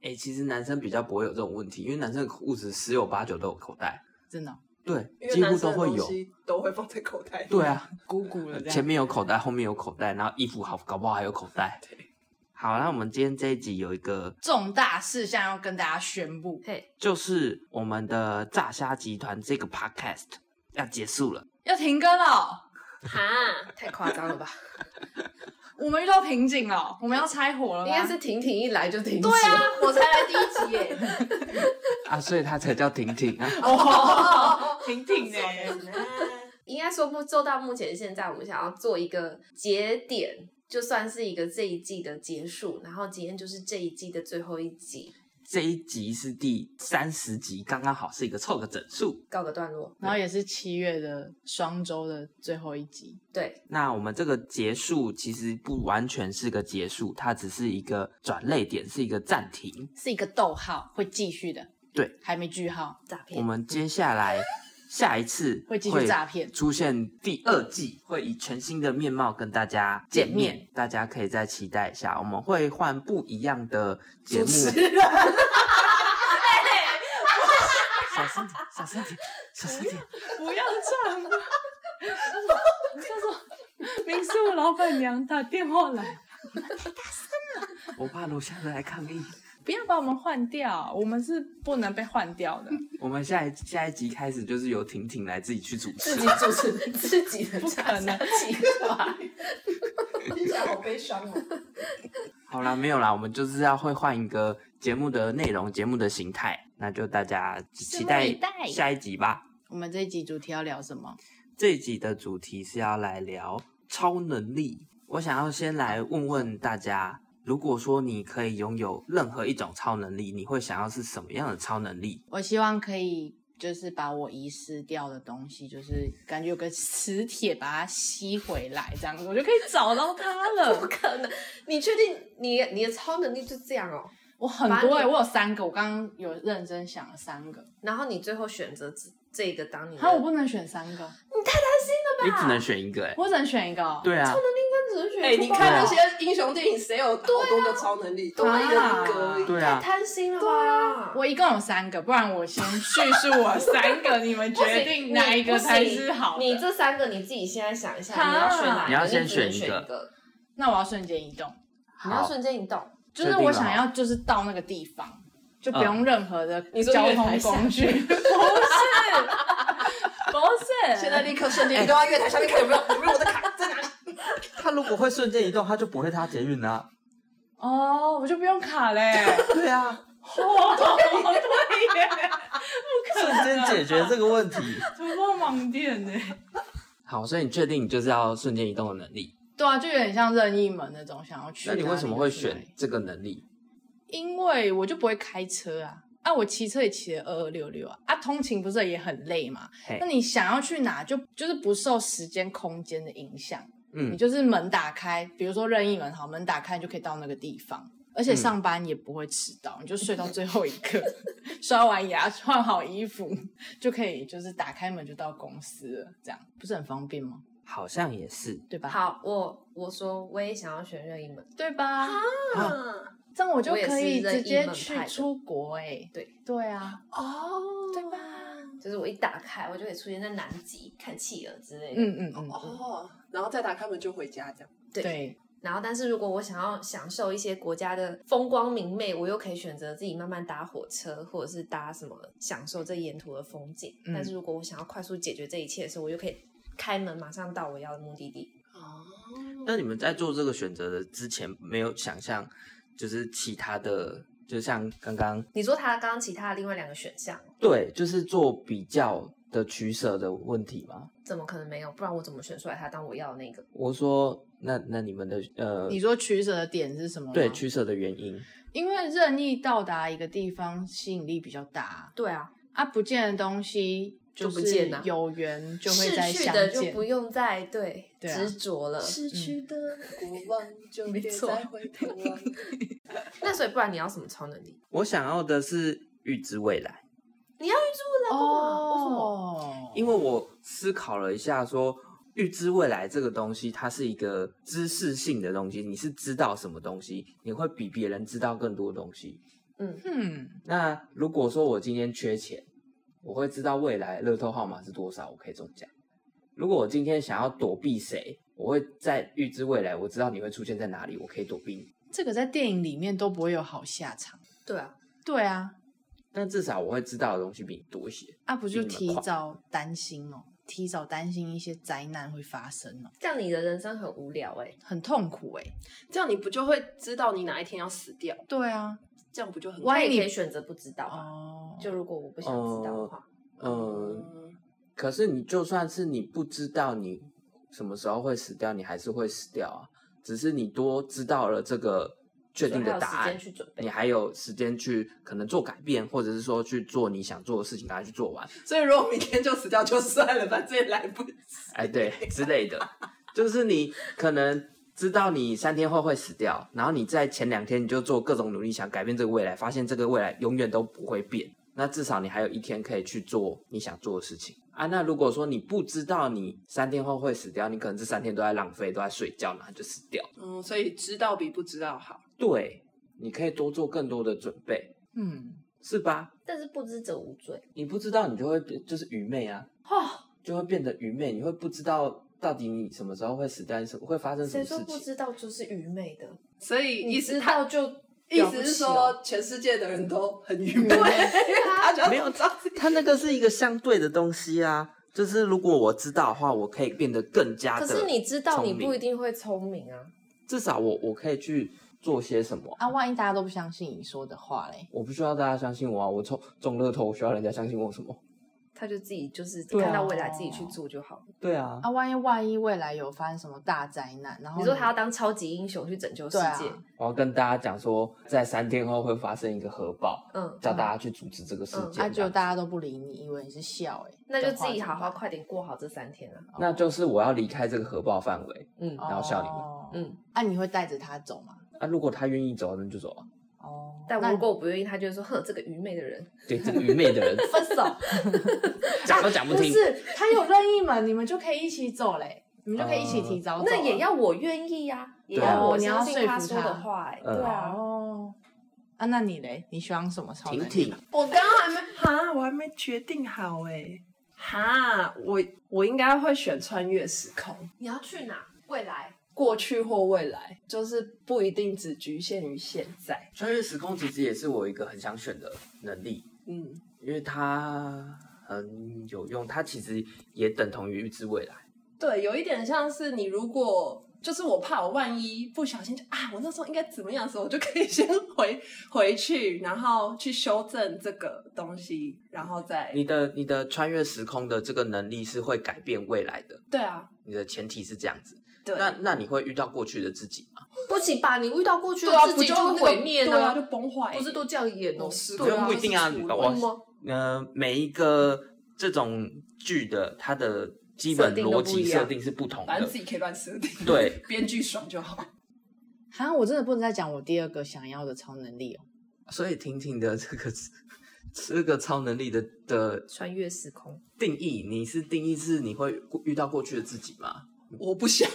Speaker 3: 哎、其实男生比较不会有这种问题，因为男生的裤子十有八九都有口袋，
Speaker 1: 真的哦
Speaker 3: 对
Speaker 6: 因，
Speaker 3: 几
Speaker 6: 为
Speaker 3: 乎
Speaker 6: 男生
Speaker 3: 都
Speaker 6: 的
Speaker 3: 会
Speaker 6: 东
Speaker 3: 有。
Speaker 6: 西都会放在口袋里。
Speaker 3: 对啊，
Speaker 1: 鼓鼓了这样。
Speaker 3: 前面有口袋，后面有口袋，然后衣服好，搞不好还有口袋。好，那我们今天这一集有一个，
Speaker 1: 重大事项要跟大家宣 布，
Speaker 4: 嘿，
Speaker 3: 就是我们的炸虾集团这个 podcast 要结束了。
Speaker 1: 要停更了，哦
Speaker 4: 哈，太夸张了吧？
Speaker 1: 我们遇到瓶颈了，哦我们要拆伙了吗
Speaker 4: 应该是婷婷一来就停止
Speaker 1: 对啊
Speaker 4: 了，，
Speaker 1: 我才来第一集耶，
Speaker 3: 啊，所以它才叫婷婷 啊。
Speaker 1: 婷婷呢？
Speaker 4: 应该说目做到目前现在，我们想要做一个节点，就算是一个这一季的结束，然后今天就是这一季的最后一集，
Speaker 3: 这一集是第三十集，刚刚好是一个凑个整数。
Speaker 4: 告个段落。
Speaker 1: 然后也是七月的双周的最后一集，
Speaker 4: 对，
Speaker 3: 那我们这个结束其实不完全是个结束，它只是一个转泪点，是一个暂停。
Speaker 1: 是一个逗号，会继续的，
Speaker 3: 对，
Speaker 1: 还没句号，
Speaker 4: 诈
Speaker 3: 我
Speaker 4: 骗，
Speaker 3: 们接下来下一次
Speaker 1: 会继续诈骗
Speaker 3: 出现第二季，会以全新的面貌跟大家见
Speaker 1: 见
Speaker 3: 面，大家可以再期待一下。我们会换不一样的节目。
Speaker 1: 哎
Speaker 3: 小声点，小声点，小声点。
Speaker 1: 不要 唱了，叫做民宿老板娘打电话来。
Speaker 3: 我怕楼下的来抗议。
Speaker 1: 不要把我们换掉，我们是不能被换掉 的，
Speaker 3: 我们下一下一集开始就是由婷婷来自己去主
Speaker 4: 自。
Speaker 3: 持
Speaker 4: 己主持自己的
Speaker 1: 不
Speaker 4: 诈
Speaker 1: 可能
Speaker 4: 骗计划，
Speaker 6: 听起来好悲伤哦。
Speaker 3: 好啦，没有啦，我们就是要会换一个节目的内容、节目的形态，那就大家期待
Speaker 1: 拭目以待
Speaker 3: 下一集吧。
Speaker 1: 我们这一集主题要聊什么？
Speaker 3: 这一集的主题是要来聊超能力。我想要先来问问大家，如果说你可以拥有任何一种超能力，你会想要是什么样的超能力？
Speaker 1: 我希望可以就是把我遗失掉的东西，就是感觉有个磁铁把它吸回来，这样子我就可以找到它
Speaker 4: 不
Speaker 1: 了。
Speaker 4: 可能！你确定你你的超能力就这样哦？
Speaker 1: 我很多哎、我有三个，我刚刚有认真想了三个，
Speaker 4: 然后你最后选择这这个当你的，
Speaker 1: 好，我不能选三个，
Speaker 3: 你只能选一个、欸，
Speaker 1: 我只能选一个哦。
Speaker 3: 对啊，
Speaker 4: 那只能选
Speaker 6: 哎、你看那些英雄电影，谁有好多个超能力？都一人一个而已。
Speaker 3: 对
Speaker 4: 太
Speaker 3: 啊，
Speaker 4: 贪心了吧？
Speaker 1: 我一共有三个，不然我先叙述我三个，你们
Speaker 4: 不行
Speaker 1: 决定
Speaker 4: 你
Speaker 1: 哪一个
Speaker 4: 不行
Speaker 1: 才是好的。
Speaker 4: 你这三个你自己现在想一下，
Speaker 1: 哈
Speaker 4: 你要选哪一个？
Speaker 3: 你要先
Speaker 4: 只能
Speaker 3: 选一
Speaker 4: 选
Speaker 3: 个
Speaker 4: 个，
Speaker 1: 那我要瞬间移动。
Speaker 4: 你要
Speaker 3: 好，
Speaker 4: 瞬间移动。
Speaker 1: 就是我想要就是到那个地方，就不用任何的
Speaker 4: 你说
Speaker 1: 交
Speaker 4: 月台
Speaker 1: 通
Speaker 4: 下
Speaker 1: 工具，不是，不是，
Speaker 6: 现在立刻瞬间移动到月台上面看有没有有没有我的卡在哪里？
Speaker 3: 他如果会瞬间移动，他就不会搭捷运啦。
Speaker 1: 哦，我就不用卡嘞，
Speaker 3: 对啊，
Speaker 1: 哦，对耶，不可
Speaker 3: 瞬
Speaker 1: 能
Speaker 3: 间 解决这个问题。
Speaker 1: 突破盲点呢。
Speaker 3: 好，所以你确定你就是要瞬间移动的能力？
Speaker 1: 对啊，就有点像任意门那种，想要去。
Speaker 3: 那你为什么会选？这个能力？
Speaker 1: 因为我就不会开车啊，啊，我骑车也骑了二二六六啊，啊，通勤不是也很累嘛？
Speaker 3: 嘿
Speaker 1: 那你想要去哪，就就是不受时间空间的影响。你
Speaker 3: 嗯，
Speaker 1: 就是门打开，比如说任意门好，门打开你就可以到那个地方，而
Speaker 3: 嗯
Speaker 1: 且上班也不会迟到，你就睡到最后一刻， 刷完牙、换好衣服就可以，就是打开门就到公司了，这样不是很方便吗？
Speaker 3: 好像也是。
Speaker 1: 对吧？，
Speaker 4: 好，我我说我也想要选任意门，
Speaker 1: 对吧？
Speaker 6: 啊
Speaker 1: 这样我就
Speaker 4: 我也是
Speaker 1: 可以
Speaker 4: 任意
Speaker 1: 直接
Speaker 4: 门
Speaker 1: 去
Speaker 4: 派的
Speaker 1: 出国哎、
Speaker 4: 对
Speaker 1: 欸对啊，
Speaker 6: 哦，
Speaker 1: 对吧？
Speaker 5: 就是我一打开，我就可以出现在南极看企鹅之类的。
Speaker 1: 嗯嗯嗯，
Speaker 6: 哦，然后再打开门就回家这样。
Speaker 5: 对
Speaker 1: 对，
Speaker 5: 然后，但是如果我想要享受一些国家的风光明媚，我又可以选择自己慢慢搭火车，或者是搭什么享受这沿途的风景。
Speaker 1: 嗯
Speaker 5: 但是如果我想要快速解决这一切的时候，我又可以开门马上到我要的目的地。
Speaker 6: 哦，
Speaker 3: 那你们在做这个选择的之前，没有想象就是其他的，就像刚刚
Speaker 5: 你说他刚刚其他的另外两个选项，
Speaker 3: 对，就是做比较的取舍的问题吗？
Speaker 5: 怎么可能没有？不然我怎么选出来他当我要的那个？
Speaker 3: 我说，那那你们的呃，
Speaker 1: 你说取舍的点是什么吗？
Speaker 3: 对取舍的原因，
Speaker 1: 因为任意到达一个地方吸引力比较大
Speaker 5: 对啊，
Speaker 1: 啊，不见的东西
Speaker 5: 就不
Speaker 1: 是
Speaker 5: 见了
Speaker 1: 有缘就会
Speaker 5: 逝
Speaker 1: 再
Speaker 5: 去
Speaker 1: 相
Speaker 5: 的就
Speaker 1: 见
Speaker 5: 不。用再对
Speaker 1: 对啊
Speaker 5: 执着了。嗯
Speaker 6: 去的过往就
Speaker 5: 没错
Speaker 6: 回头望。
Speaker 5: 那所以不然你要什么超能力？
Speaker 3: 我想要的是预知未来，
Speaker 5: 你要预知未来干嘛？为什么？
Speaker 1: 哦，
Speaker 3: 因为我思考了一下说。预知未来这个东西，它是一个知识性的东西，你是知道什么东西，你会比别人知道更多东西。
Speaker 1: 嗯，
Speaker 3: 那如果说我今天缺钱，我会知道未来乐透号码是多少，我可以中奖。如果我今天想要躲避谁，我会在预知未来，我知道你会出现在哪里，我可以躲避你。
Speaker 1: 这个在电影里面都不会有好下场。
Speaker 5: 对啊，
Speaker 1: 对啊，
Speaker 3: 但至少我会知道的东西比你多一些。
Speaker 1: 啊，不就
Speaker 3: 比你们
Speaker 1: 提
Speaker 3: 快
Speaker 1: 早担心哦，提早担心一些灾难会发生哦，
Speaker 5: 这样你的人生很无聊哎、
Speaker 1: 很痛苦哎、
Speaker 6: 这样你不就会知道你哪一天要死掉？
Speaker 1: 对啊，
Speaker 6: 这样不就很
Speaker 1: 万一
Speaker 5: 他也
Speaker 1: 你
Speaker 5: 可以选择不知道啊。
Speaker 1: 哦，
Speaker 5: 就如果我不想知
Speaker 3: 哦
Speaker 5: 道的话，
Speaker 3: 嗯，可是你就算是你不知道你什么时候会死掉，你还是会死掉啊。只是你多知道了这个确定的答
Speaker 5: 还有
Speaker 3: 案
Speaker 5: 时间，去准备啊
Speaker 3: 你。还有时间去可能做改变，或者是说去做你想做的事情，赶快去做完。
Speaker 6: 所以如果明天就死掉就算了，反正也来不及。
Speaker 3: 哎，对之类的，就是你可能知道你三天后会死掉，然后你在前两天你就做各种努力想改变这个未来，发现这个未来永远都不会变，那至少你还有一天可以去做你想做的事情啊。那如果说你不知道你三天后会死掉，你可能这三天都在浪费，都在睡觉，然后就死掉。
Speaker 6: 嗯，所以知道比不知道好。
Speaker 3: 对，你可以多做更多的准备，
Speaker 1: 嗯，
Speaker 3: 是吧？
Speaker 5: 但是不知者无罪。
Speaker 3: 你不知道，你就会变就是愚昧啊，
Speaker 5: 哦，
Speaker 3: 就会变得愚昧，你会不知道到底你什么时候会死掉，你什么会发生什
Speaker 5: 谁
Speaker 3: 么事
Speaker 5: 说
Speaker 3: 情。
Speaker 5: 不知道就是愚昧的？
Speaker 6: 所以意
Speaker 5: 你
Speaker 6: 思
Speaker 5: 知
Speaker 6: 他
Speaker 5: 道就
Speaker 6: 意
Speaker 5: 了不
Speaker 6: 思是
Speaker 5: 起了，
Speaker 6: 说全世界的人都很愚昧， 他就要
Speaker 3: 没有
Speaker 6: 知道自己
Speaker 3: 它那个是一个相对的东西啊，就是如果我知道的话，我可以变得更加
Speaker 5: 可
Speaker 3: 的。
Speaker 5: 是你知道，你
Speaker 3: 聪明
Speaker 5: 不一定会聪明啊。
Speaker 3: 至少我我可以去做些什么，
Speaker 1: 啊，万一大家都不相信你说的话嘞，
Speaker 3: 我不需要大家相信我啊，我中中乐透，我需要人家相信我什么？
Speaker 5: 他就自己就是
Speaker 1: 对啊
Speaker 5: 看到未来自己去做就好了。
Speaker 3: 对啊，
Speaker 1: 啊，万一万一未来有发生什么大灾难，然后
Speaker 5: 你说他要当超级英雄去拯救世
Speaker 1: 对啊
Speaker 5: 界，
Speaker 3: 我要跟大家讲说，在三天后会发生一个核爆，
Speaker 5: 嗯，
Speaker 3: 叫大家去阻止这个事
Speaker 1: 啊，
Speaker 3: 件。
Speaker 1: 就大家都不理你，以为你是笑哎、
Speaker 5: 那就
Speaker 1: 的话
Speaker 5: 自己好好
Speaker 1: 怎么
Speaker 5: 快点过好这三天
Speaker 1: 哦
Speaker 5: 啊。
Speaker 3: 那就是我要离开这个核爆范围。
Speaker 5: 嗯
Speaker 1: 办，
Speaker 3: 然后笑你们
Speaker 1: 哦
Speaker 5: 嗯，
Speaker 1: 啊，你会带着他走吗？
Speaker 3: 啊，如果他愿意走，那就走啊。
Speaker 1: 哦，
Speaker 5: 但
Speaker 1: 那
Speaker 5: 如果我不愿意，他就会说：“哼，这个愚昧的人，
Speaker 3: 对这个愚 昧的人，
Speaker 5: 分手。
Speaker 3: 讲都讲 不
Speaker 1: 不
Speaker 3: 听。
Speaker 1: 是他有任意门，你们就可以一起走嘞，你们就可以一起提早走了、
Speaker 5: 哦
Speaker 1: 啊
Speaker 5: 那也要我愿意呀，也
Speaker 3: 对啊
Speaker 5: 要我
Speaker 1: 你要
Speaker 5: 相
Speaker 1: 说
Speaker 5: 信
Speaker 1: 服
Speaker 5: 他说的
Speaker 1: 他
Speaker 5: 话。”哎，
Speaker 3: 嗯
Speaker 5: 对啊，
Speaker 1: 哦。啊，那你嘞？你喜欢什么超能
Speaker 3: 婷
Speaker 1: 力？啊
Speaker 3: 婷，
Speaker 6: 我刚刚还没哈，我还没决定好哎、哈，我我应该会选穿越时空，
Speaker 5: 你要去哪？未来
Speaker 6: 过去或未来，就是不一定只局限于现在。
Speaker 3: 穿越时空其实也是我一个很想选的能力。
Speaker 6: 嗯，
Speaker 3: 因为它很有用，它其实也等同于预知未来。
Speaker 6: 对，有一点像是你如果。就是我怕我万一不小心就啊，我那时候应该怎么样的时候，我就可以 先回回去，然后去修正这个东西，然后再
Speaker 3: 你的你的穿越时空的这个能力是会改变未来的，
Speaker 6: 对啊，
Speaker 3: 你的前提是这样子。
Speaker 6: 对，
Speaker 3: 那那你会遇到过去的自己吗？
Speaker 5: 不行吧？你遇到过去
Speaker 6: 对啊，
Speaker 5: 自
Speaker 6: 不
Speaker 5: 己
Speaker 6: 就
Speaker 5: 会
Speaker 6: 那个
Speaker 5: 毁灭
Speaker 6: 对啊，就
Speaker 5: 呢？
Speaker 6: 崩坏，
Speaker 5: 不是都这样演哦
Speaker 6: 哦是？
Speaker 5: 对啊
Speaker 3: 不一定啊，
Speaker 6: 是
Speaker 3: 我
Speaker 5: 是吗
Speaker 3: 呃，每一个这种剧的它的基本
Speaker 5: 设定都
Speaker 3: 逻
Speaker 5: 不
Speaker 3: 辑
Speaker 5: 一样
Speaker 3: 设定是不同
Speaker 6: 反正
Speaker 3: 的
Speaker 6: 自。己可以乱设定，
Speaker 3: 对，
Speaker 6: 编剧爽就好。
Speaker 1: 哈，我真的不能再讲我第二个想要的超能力哦。
Speaker 3: 所以婷婷的这个这个超能力的的
Speaker 5: 穿越时空，
Speaker 3: 定义，你是定义是你会遇到过去的自己吗？
Speaker 6: 我 不想。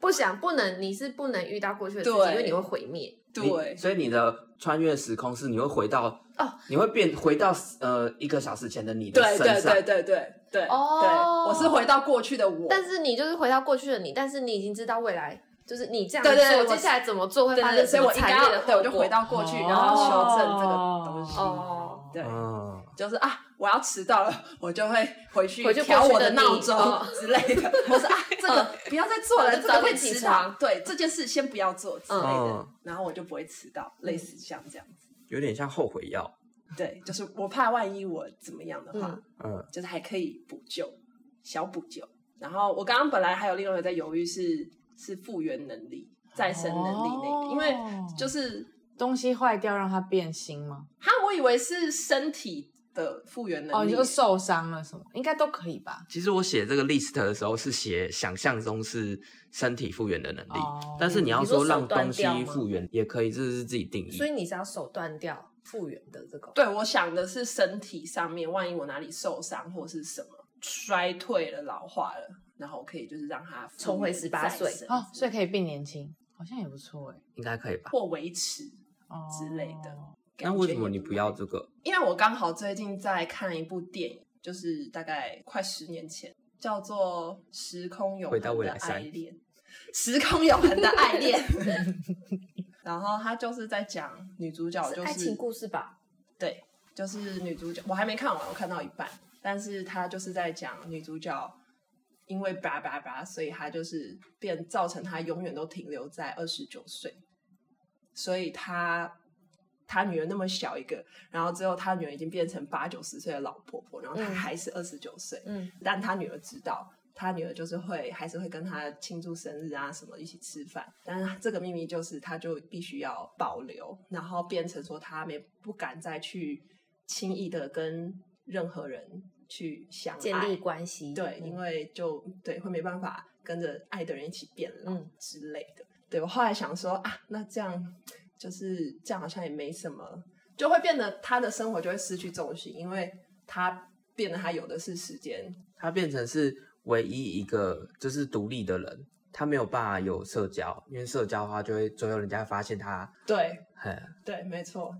Speaker 4: 不想不能，你是不能遇到过去的自己，
Speaker 6: 对
Speaker 4: 因为你会毁灭。
Speaker 6: 对
Speaker 3: 你，所以你的穿越时空是你会回到
Speaker 4: 哦，
Speaker 3: 你会变回到呃一个小时前的你的
Speaker 6: 对
Speaker 3: 身
Speaker 6: 对
Speaker 3: 上，
Speaker 6: 对对对对，
Speaker 4: 哦
Speaker 6: 对，我是回到过去的我，
Speaker 4: 但是你就是回到过去的你，但是你已经知道未来，就是你这样
Speaker 6: 对对对
Speaker 4: 做，
Speaker 6: 我
Speaker 4: 接下来怎么做会
Speaker 6: 对
Speaker 4: 发
Speaker 6: 对
Speaker 4: 生什
Speaker 6: 对，所以
Speaker 4: 么
Speaker 6: 我应该
Speaker 4: 惨烈的
Speaker 6: 要
Speaker 4: 后
Speaker 6: 对，
Speaker 4: 果。
Speaker 6: 我就回到过去，然后修正这个东西。
Speaker 4: 哦，
Speaker 6: 对，
Speaker 3: 嗯，
Speaker 6: 就是啊，我要迟到了，我就会回去
Speaker 4: 回去
Speaker 6: 调
Speaker 4: 过去
Speaker 6: 我的
Speaker 4: 的
Speaker 6: 闹
Speaker 4: 你
Speaker 6: 钟
Speaker 4: 哦嗯
Speaker 6: 之类的。我说啊，这个不要再做
Speaker 4: 我
Speaker 6: 了，
Speaker 4: 就
Speaker 6: 这
Speaker 4: 早
Speaker 6: 个会
Speaker 4: 点起
Speaker 6: 迟到
Speaker 4: 床。
Speaker 6: 对，这件事先不要做之类的
Speaker 3: 嗯，
Speaker 6: 然后我就不会迟到，类似像这样子。
Speaker 3: 有点像后悔药，
Speaker 6: 对，就是我怕万一我怎么样的话
Speaker 4: 嗯，
Speaker 3: 嗯
Speaker 6: 就是还可以补救，小补救。然后我刚刚本来还有另外一个在犹豫是是复原能力、再生能力那个，因为
Speaker 4: 哦
Speaker 6: 就是
Speaker 1: 哦东西坏掉让它变新吗？
Speaker 6: 哈，我以为是身体的复原
Speaker 1: 哦，
Speaker 6: 能
Speaker 1: 你
Speaker 6: 力，
Speaker 1: 就受伤了什么，应该都可以吧？
Speaker 3: 其实我写这个 list 的时候是写想象中是身体复原的能力，
Speaker 1: 哦
Speaker 3: 但是你要
Speaker 4: 你说手
Speaker 3: 让东西
Speaker 4: 断掉吗
Speaker 3: 复原也可以，这是自己定义
Speaker 4: 所。以你是要手断掉复原的这个。
Speaker 6: 对我想的是身体上面，万一我哪里受伤或是什么衰退了、老化了，然后我可以就是让它复原
Speaker 4: 重回18岁
Speaker 6: 再生
Speaker 1: 哦，所以可以变年轻，好像也不错哎、
Speaker 3: 应该可以吧？
Speaker 6: 或维持。
Speaker 1: 哦
Speaker 6: 之类的
Speaker 3: 那为什么你不要这个？
Speaker 6: 因为我刚好最近在看一部电影，就是大概快十年前，叫做《时空永
Speaker 3: 回
Speaker 6: 恒
Speaker 3: 到未
Speaker 6: 的
Speaker 3: 来三
Speaker 6: 爱恋》，时空永恒的爱 恋。然后他就是在讲女主角就
Speaker 4: 是
Speaker 6: 是
Speaker 4: 爱情故事吧？
Speaker 6: 对，就是女主角，我还没看完，我看到一半，但是她就是在讲女主角因为叭叭叭，所以她就是变造成她永远都停留在二十九岁，所以她她女儿那么小一个，然后之后她女儿已经变成八九十岁的老婆婆，然后她
Speaker 4: 嗯
Speaker 6: 还是二十九岁，
Speaker 4: 嗯，
Speaker 6: 但她女儿知道。她女儿就是会，还是会跟她庆祝生日啊，什么一起吃饭。但是这个秘密就是，她就必须要保留，然后变成说她没不敢再去轻易的跟任何人去相爱，
Speaker 4: 建立关系。
Speaker 6: 对，因
Speaker 4: 嗯
Speaker 6: 为就对会没办法跟着爱的人一起变老
Speaker 4: 嗯
Speaker 6: 之类的。对我后来想说啊，那这样就是这样，好像也没什么，就会变得他的生活就会失去重心，因为他变得他有的是时间，
Speaker 3: 他变成是唯一一个就是独立的人，他没有办法有社交，因为社交的话就会最后人家发现他，
Speaker 6: 对
Speaker 3: 嘿，
Speaker 6: 对，没错。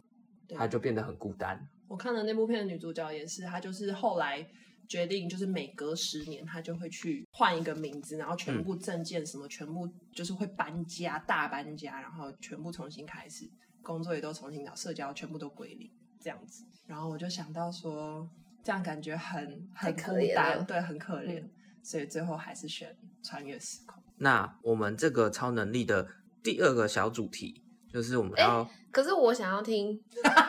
Speaker 6: 对
Speaker 3: 他就变得很孤单。
Speaker 6: 我看的那部片的女主角也是，她就是后来决定，就是每隔十年她就会去换一个名字，然后全部证件什么、全部就是会搬家，大搬家，然后全部重新开始，工作也都重新找，社交全部都归零这样子。然后我就想到说，这样感觉很
Speaker 4: 太
Speaker 6: 很
Speaker 4: 可
Speaker 6: 孤
Speaker 4: 怜
Speaker 6: 单
Speaker 4: 了
Speaker 6: 对，很可怜，所以最后还是选穿越时空。
Speaker 3: 那我们这个超能力的第二个小主题就是我们要
Speaker 4: 可是我想要 听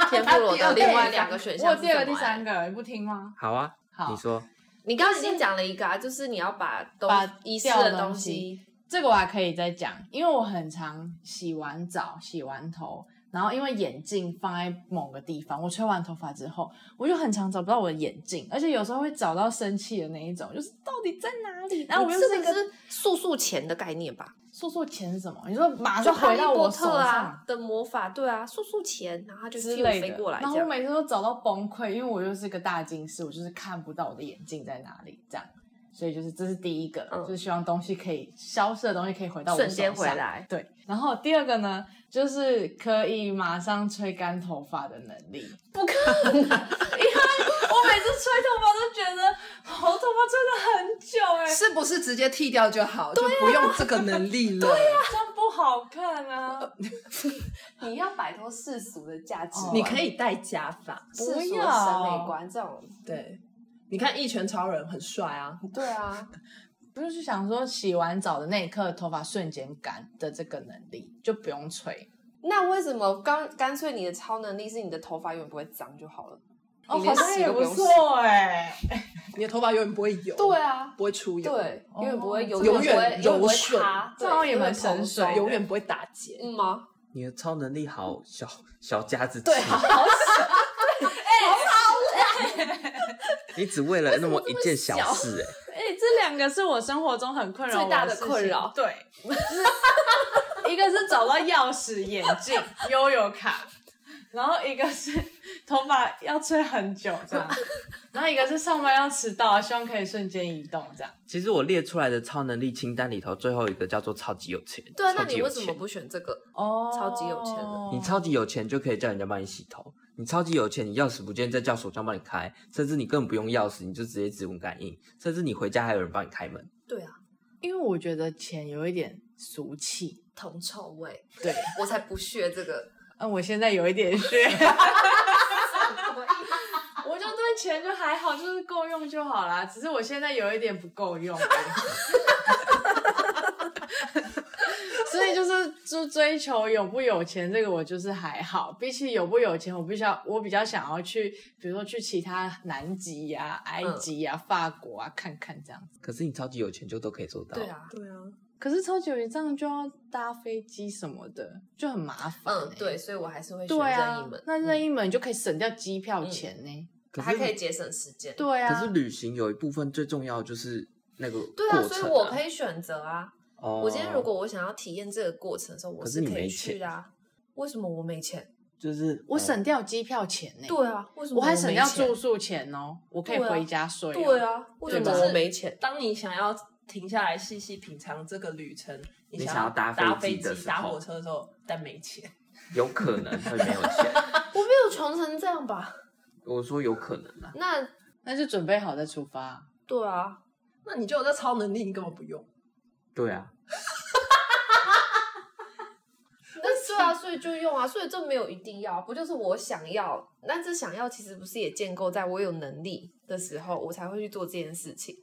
Speaker 4: 天妇罗的另外两个选项
Speaker 1: 我
Speaker 4: 是
Speaker 1: 第二个、
Speaker 4: 什么
Speaker 1: 第
Speaker 4: 欸
Speaker 1: 三。个，你不听吗？
Speaker 3: 好啊，
Speaker 1: 好
Speaker 3: 你说
Speaker 4: 你刚刚已经讲了一个啊，就是你要把东
Speaker 1: 把
Speaker 4: 遗失的
Speaker 1: 掉东
Speaker 4: 东
Speaker 1: 西
Speaker 4: 西，
Speaker 1: 这个我还可以再讲，因为我很常洗完澡、洗完头，然后因为眼镜放在某个地方，我吹完头发之后，我就很常找不到我的眼镜，而且有时候会找到生气的那一种，就是到底在哪里？然后我又
Speaker 4: 你这
Speaker 1: 是一
Speaker 4: 个
Speaker 1: 个
Speaker 4: 是速速钱的概念吧？
Speaker 1: 说说钱是什么？你说马
Speaker 4: 就
Speaker 1: 上
Speaker 4: 哈
Speaker 1: 啊回
Speaker 4: 利
Speaker 1: 到
Speaker 4: 波
Speaker 1: 我手
Speaker 4: 特
Speaker 1: 上
Speaker 4: 啊。的魔法，对啊，速速钱，然后它就
Speaker 1: 之
Speaker 4: 咻
Speaker 1: 类
Speaker 4: 飞
Speaker 1: 的
Speaker 4: 过，来，
Speaker 1: 然
Speaker 4: 这
Speaker 1: 后我
Speaker 4: 样
Speaker 1: 每次都找到崩溃，因为我又是个大近视，我就是看不到我的眼镜在哪里，这样，所以就是这是第一个，
Speaker 4: 嗯
Speaker 1: 就是希望东西可以消失的东西可以回到我
Speaker 4: 瞬
Speaker 1: 手
Speaker 4: 间
Speaker 1: 上
Speaker 4: 回来
Speaker 1: 对，然后第二个呢，就是可以马上吹干头发的能力。不可能， 因为我每次吹头发都觉得我头发吹的很久哎、
Speaker 6: 是不是直接剃掉就好，就不用这个能力啊 了？对啊
Speaker 1: 这样不好看啊！你要摆脱世俗的价值
Speaker 6: 你可以戴假发，
Speaker 1: 世俗的审美
Speaker 4: 观这种，
Speaker 6: 对。你看《一拳超人》很帅啊，
Speaker 4: 对啊，
Speaker 1: 不就是想说洗完澡的那一刻，头发瞬间干的这个能力就不用吹
Speaker 4: 那为什么干干脆你的超能力是你的头发永远不会脏就好了？
Speaker 1: 哦，
Speaker 4: 你连
Speaker 1: 好像
Speaker 4: 洗
Speaker 1: 也
Speaker 4: 都不
Speaker 1: 不
Speaker 4: 用洗
Speaker 1: 错哎、
Speaker 6: 你的头发永远不会油，
Speaker 4: 对啊，
Speaker 6: 不会出油，
Speaker 4: 对，
Speaker 1: 哦
Speaker 4: 永远不会有，
Speaker 6: 永远
Speaker 4: 远不会永远不
Speaker 6: 柔
Speaker 4: 会
Speaker 6: 顺
Speaker 4: 塌，
Speaker 1: 这
Speaker 4: 对
Speaker 1: 好像也
Speaker 4: 永远
Speaker 1: 蛮神
Speaker 4: 蓬
Speaker 1: 水
Speaker 4: 松
Speaker 1: 的
Speaker 6: 永远不会打结。
Speaker 4: 嗯吗？
Speaker 3: 你的超能力好小小家子气，
Speaker 6: 对，好 好
Speaker 3: 你只为了那么一件小
Speaker 4: 为什么
Speaker 3: 事、哎，
Speaker 1: 哎、这两个是我生活中很困扰
Speaker 4: 最大
Speaker 1: 我
Speaker 4: 的
Speaker 1: 事
Speaker 4: 困
Speaker 1: 情
Speaker 4: 扰
Speaker 1: 对， 就是一个是找到钥匙、眼镜、悠游卡，然后一个是头发要吹很久这样，然后一个是上班要迟到，希望可以瞬间移动这样。
Speaker 3: 其实我列出来的超能力清单里头，最后一个叫做超级有钱。
Speaker 5: 对啊，那
Speaker 3: 超级
Speaker 5: 你
Speaker 3: 有
Speaker 5: 为什么
Speaker 3: 钱
Speaker 5: 不选这个？
Speaker 1: 哦
Speaker 5: 超级有钱的
Speaker 3: 你超级有钱就可以叫人家帮你洗头，你超级有钱，你钥匙不见再叫手匠帮你开，甚至你根本不用钥匙，你就直接指纹感应，甚至你回家还有人帮你开门。
Speaker 5: 对啊，
Speaker 1: 因为我觉得钱有一点俗气。
Speaker 5: 铜臭味，
Speaker 1: 对，
Speaker 5: 我才不屑这 个。
Speaker 1: 嗯，我现在有一点血，
Speaker 5: 啊
Speaker 1: 我就对钱就还好，就是够用就好啦。只是我现在有一点不够用， 所以就是就追求有不有钱这个，我就是还好。比起有不有钱，我比较我比较想要去，比如说去其他南极呀、埃及呀、法国啊看看这样子。
Speaker 3: 可是你超级有钱就都可以做到。
Speaker 5: 对，啊，
Speaker 6: 对啊，
Speaker 1: 可是超级有钱这样就要搭飞机什么的，就很麻烦、欸
Speaker 5: 嗯，对，。所以我还是会
Speaker 1: 对
Speaker 5: 选任
Speaker 1: 啊
Speaker 5: 意，门，嗯
Speaker 1: 那任意门就可以省掉机票钱呢、
Speaker 3: 可是
Speaker 5: 还可以节省时间。
Speaker 1: 对啊，
Speaker 3: 可是旅行有一部分最重要就是那个
Speaker 5: 对
Speaker 3: 过
Speaker 5: 啊，
Speaker 3: 程、
Speaker 5: 所以我可以选择啊。
Speaker 3: 哦、
Speaker 5: 我今天如果我想要体验这个过程的时候，我
Speaker 3: 可是你
Speaker 5: 可以
Speaker 3: 没
Speaker 5: 去的啊。为什么我没钱？
Speaker 3: 就是
Speaker 1: 我省
Speaker 3: 呃
Speaker 1: 掉机票钱呢、
Speaker 5: 对啊，为什
Speaker 1: 欸我
Speaker 5: 么
Speaker 1: 还
Speaker 5: 没
Speaker 1: 省掉
Speaker 5: 钱
Speaker 1: 住？宿钱哦、我可以
Speaker 5: 对啊
Speaker 1: 回家睡、
Speaker 5: 对，啊，为什
Speaker 1: 对吧
Speaker 5: 么我没钱？
Speaker 6: 当你想要停下来细细品尝这个旅程，你
Speaker 3: 你
Speaker 6: 想
Speaker 3: 想要搭
Speaker 6: 搭
Speaker 3: 飞
Speaker 6: 飞
Speaker 3: 机的时
Speaker 6: 搭
Speaker 3: 候
Speaker 6: 火车的时候，但没钱，
Speaker 3: 有可能会没有钱。
Speaker 5: 我没有穷成这样吧？
Speaker 3: 我说有可能啊，
Speaker 5: 那
Speaker 1: 那就准备好再出发。
Speaker 5: 对啊，
Speaker 6: 那你就有这超能力，你根本不用。
Speaker 3: 对啊，
Speaker 5: 那对啊，所以就用啊，所以这没有一定要，不就是我想要？但这想要其实不是也建构在我有能力的时候，我才会去做这件事情。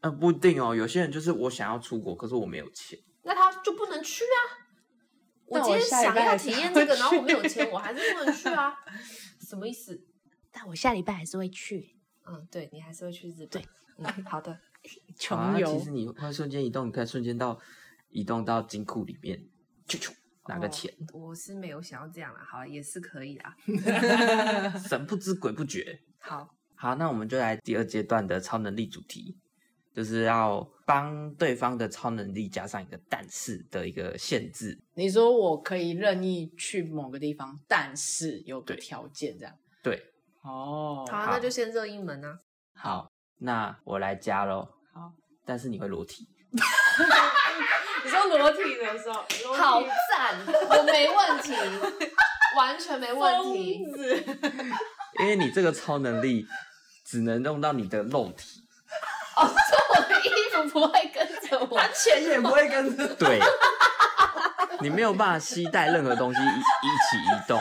Speaker 3: 呃，不一定哦。有些人就是我想要出国，可是我没有钱。
Speaker 5: 那他就不能去啊。我
Speaker 1: 那
Speaker 5: 今
Speaker 1: 我
Speaker 5: 天
Speaker 1: 下礼
Speaker 5: 想
Speaker 1: 拜
Speaker 5: 要
Speaker 1: 还
Speaker 5: 体
Speaker 1: 是
Speaker 5: 验
Speaker 1: 会
Speaker 5: 这个，然后我
Speaker 1: 去
Speaker 5: 没有钱，我还是不能去啊，什么意思？
Speaker 7: 但我下礼拜还是会去。
Speaker 5: 嗯，对你还是会去日本。嗯，好的，
Speaker 3: 啊
Speaker 1: 穷
Speaker 3: 那
Speaker 1: 游、
Speaker 3: 其实你会瞬间移动，你可以瞬间到移动到金库里面，去去拿个钱，
Speaker 5: 哦我是没有想要这样啦，好，也是可以啦。
Speaker 3: 神不知鬼不觉。
Speaker 5: 好，
Speaker 3: 好，那我们就来第二阶段的超能力主题，就是要帮对方的超能力加上一个但是的一个限制。
Speaker 1: 你说我可以任意去某个地方，但是有个
Speaker 3: 对
Speaker 1: 条件这样。
Speaker 3: 对，
Speaker 1: 哦，
Speaker 5: 好啊，那就先热一门啊。
Speaker 3: 好，那我来加喽。
Speaker 1: 好，
Speaker 3: 但是你会裸体，
Speaker 1: 你说裸体的时候， 裸体
Speaker 5: 好赞，我没问 题，完全没问题。
Speaker 1: 疯子，
Speaker 3: 因为你这个超能力只能用到你的肉体。
Speaker 5: 我的衣服不会跟着我，
Speaker 6: 钱也不会跟着。
Speaker 3: 对，你没有办法携带任何东西一一起移动。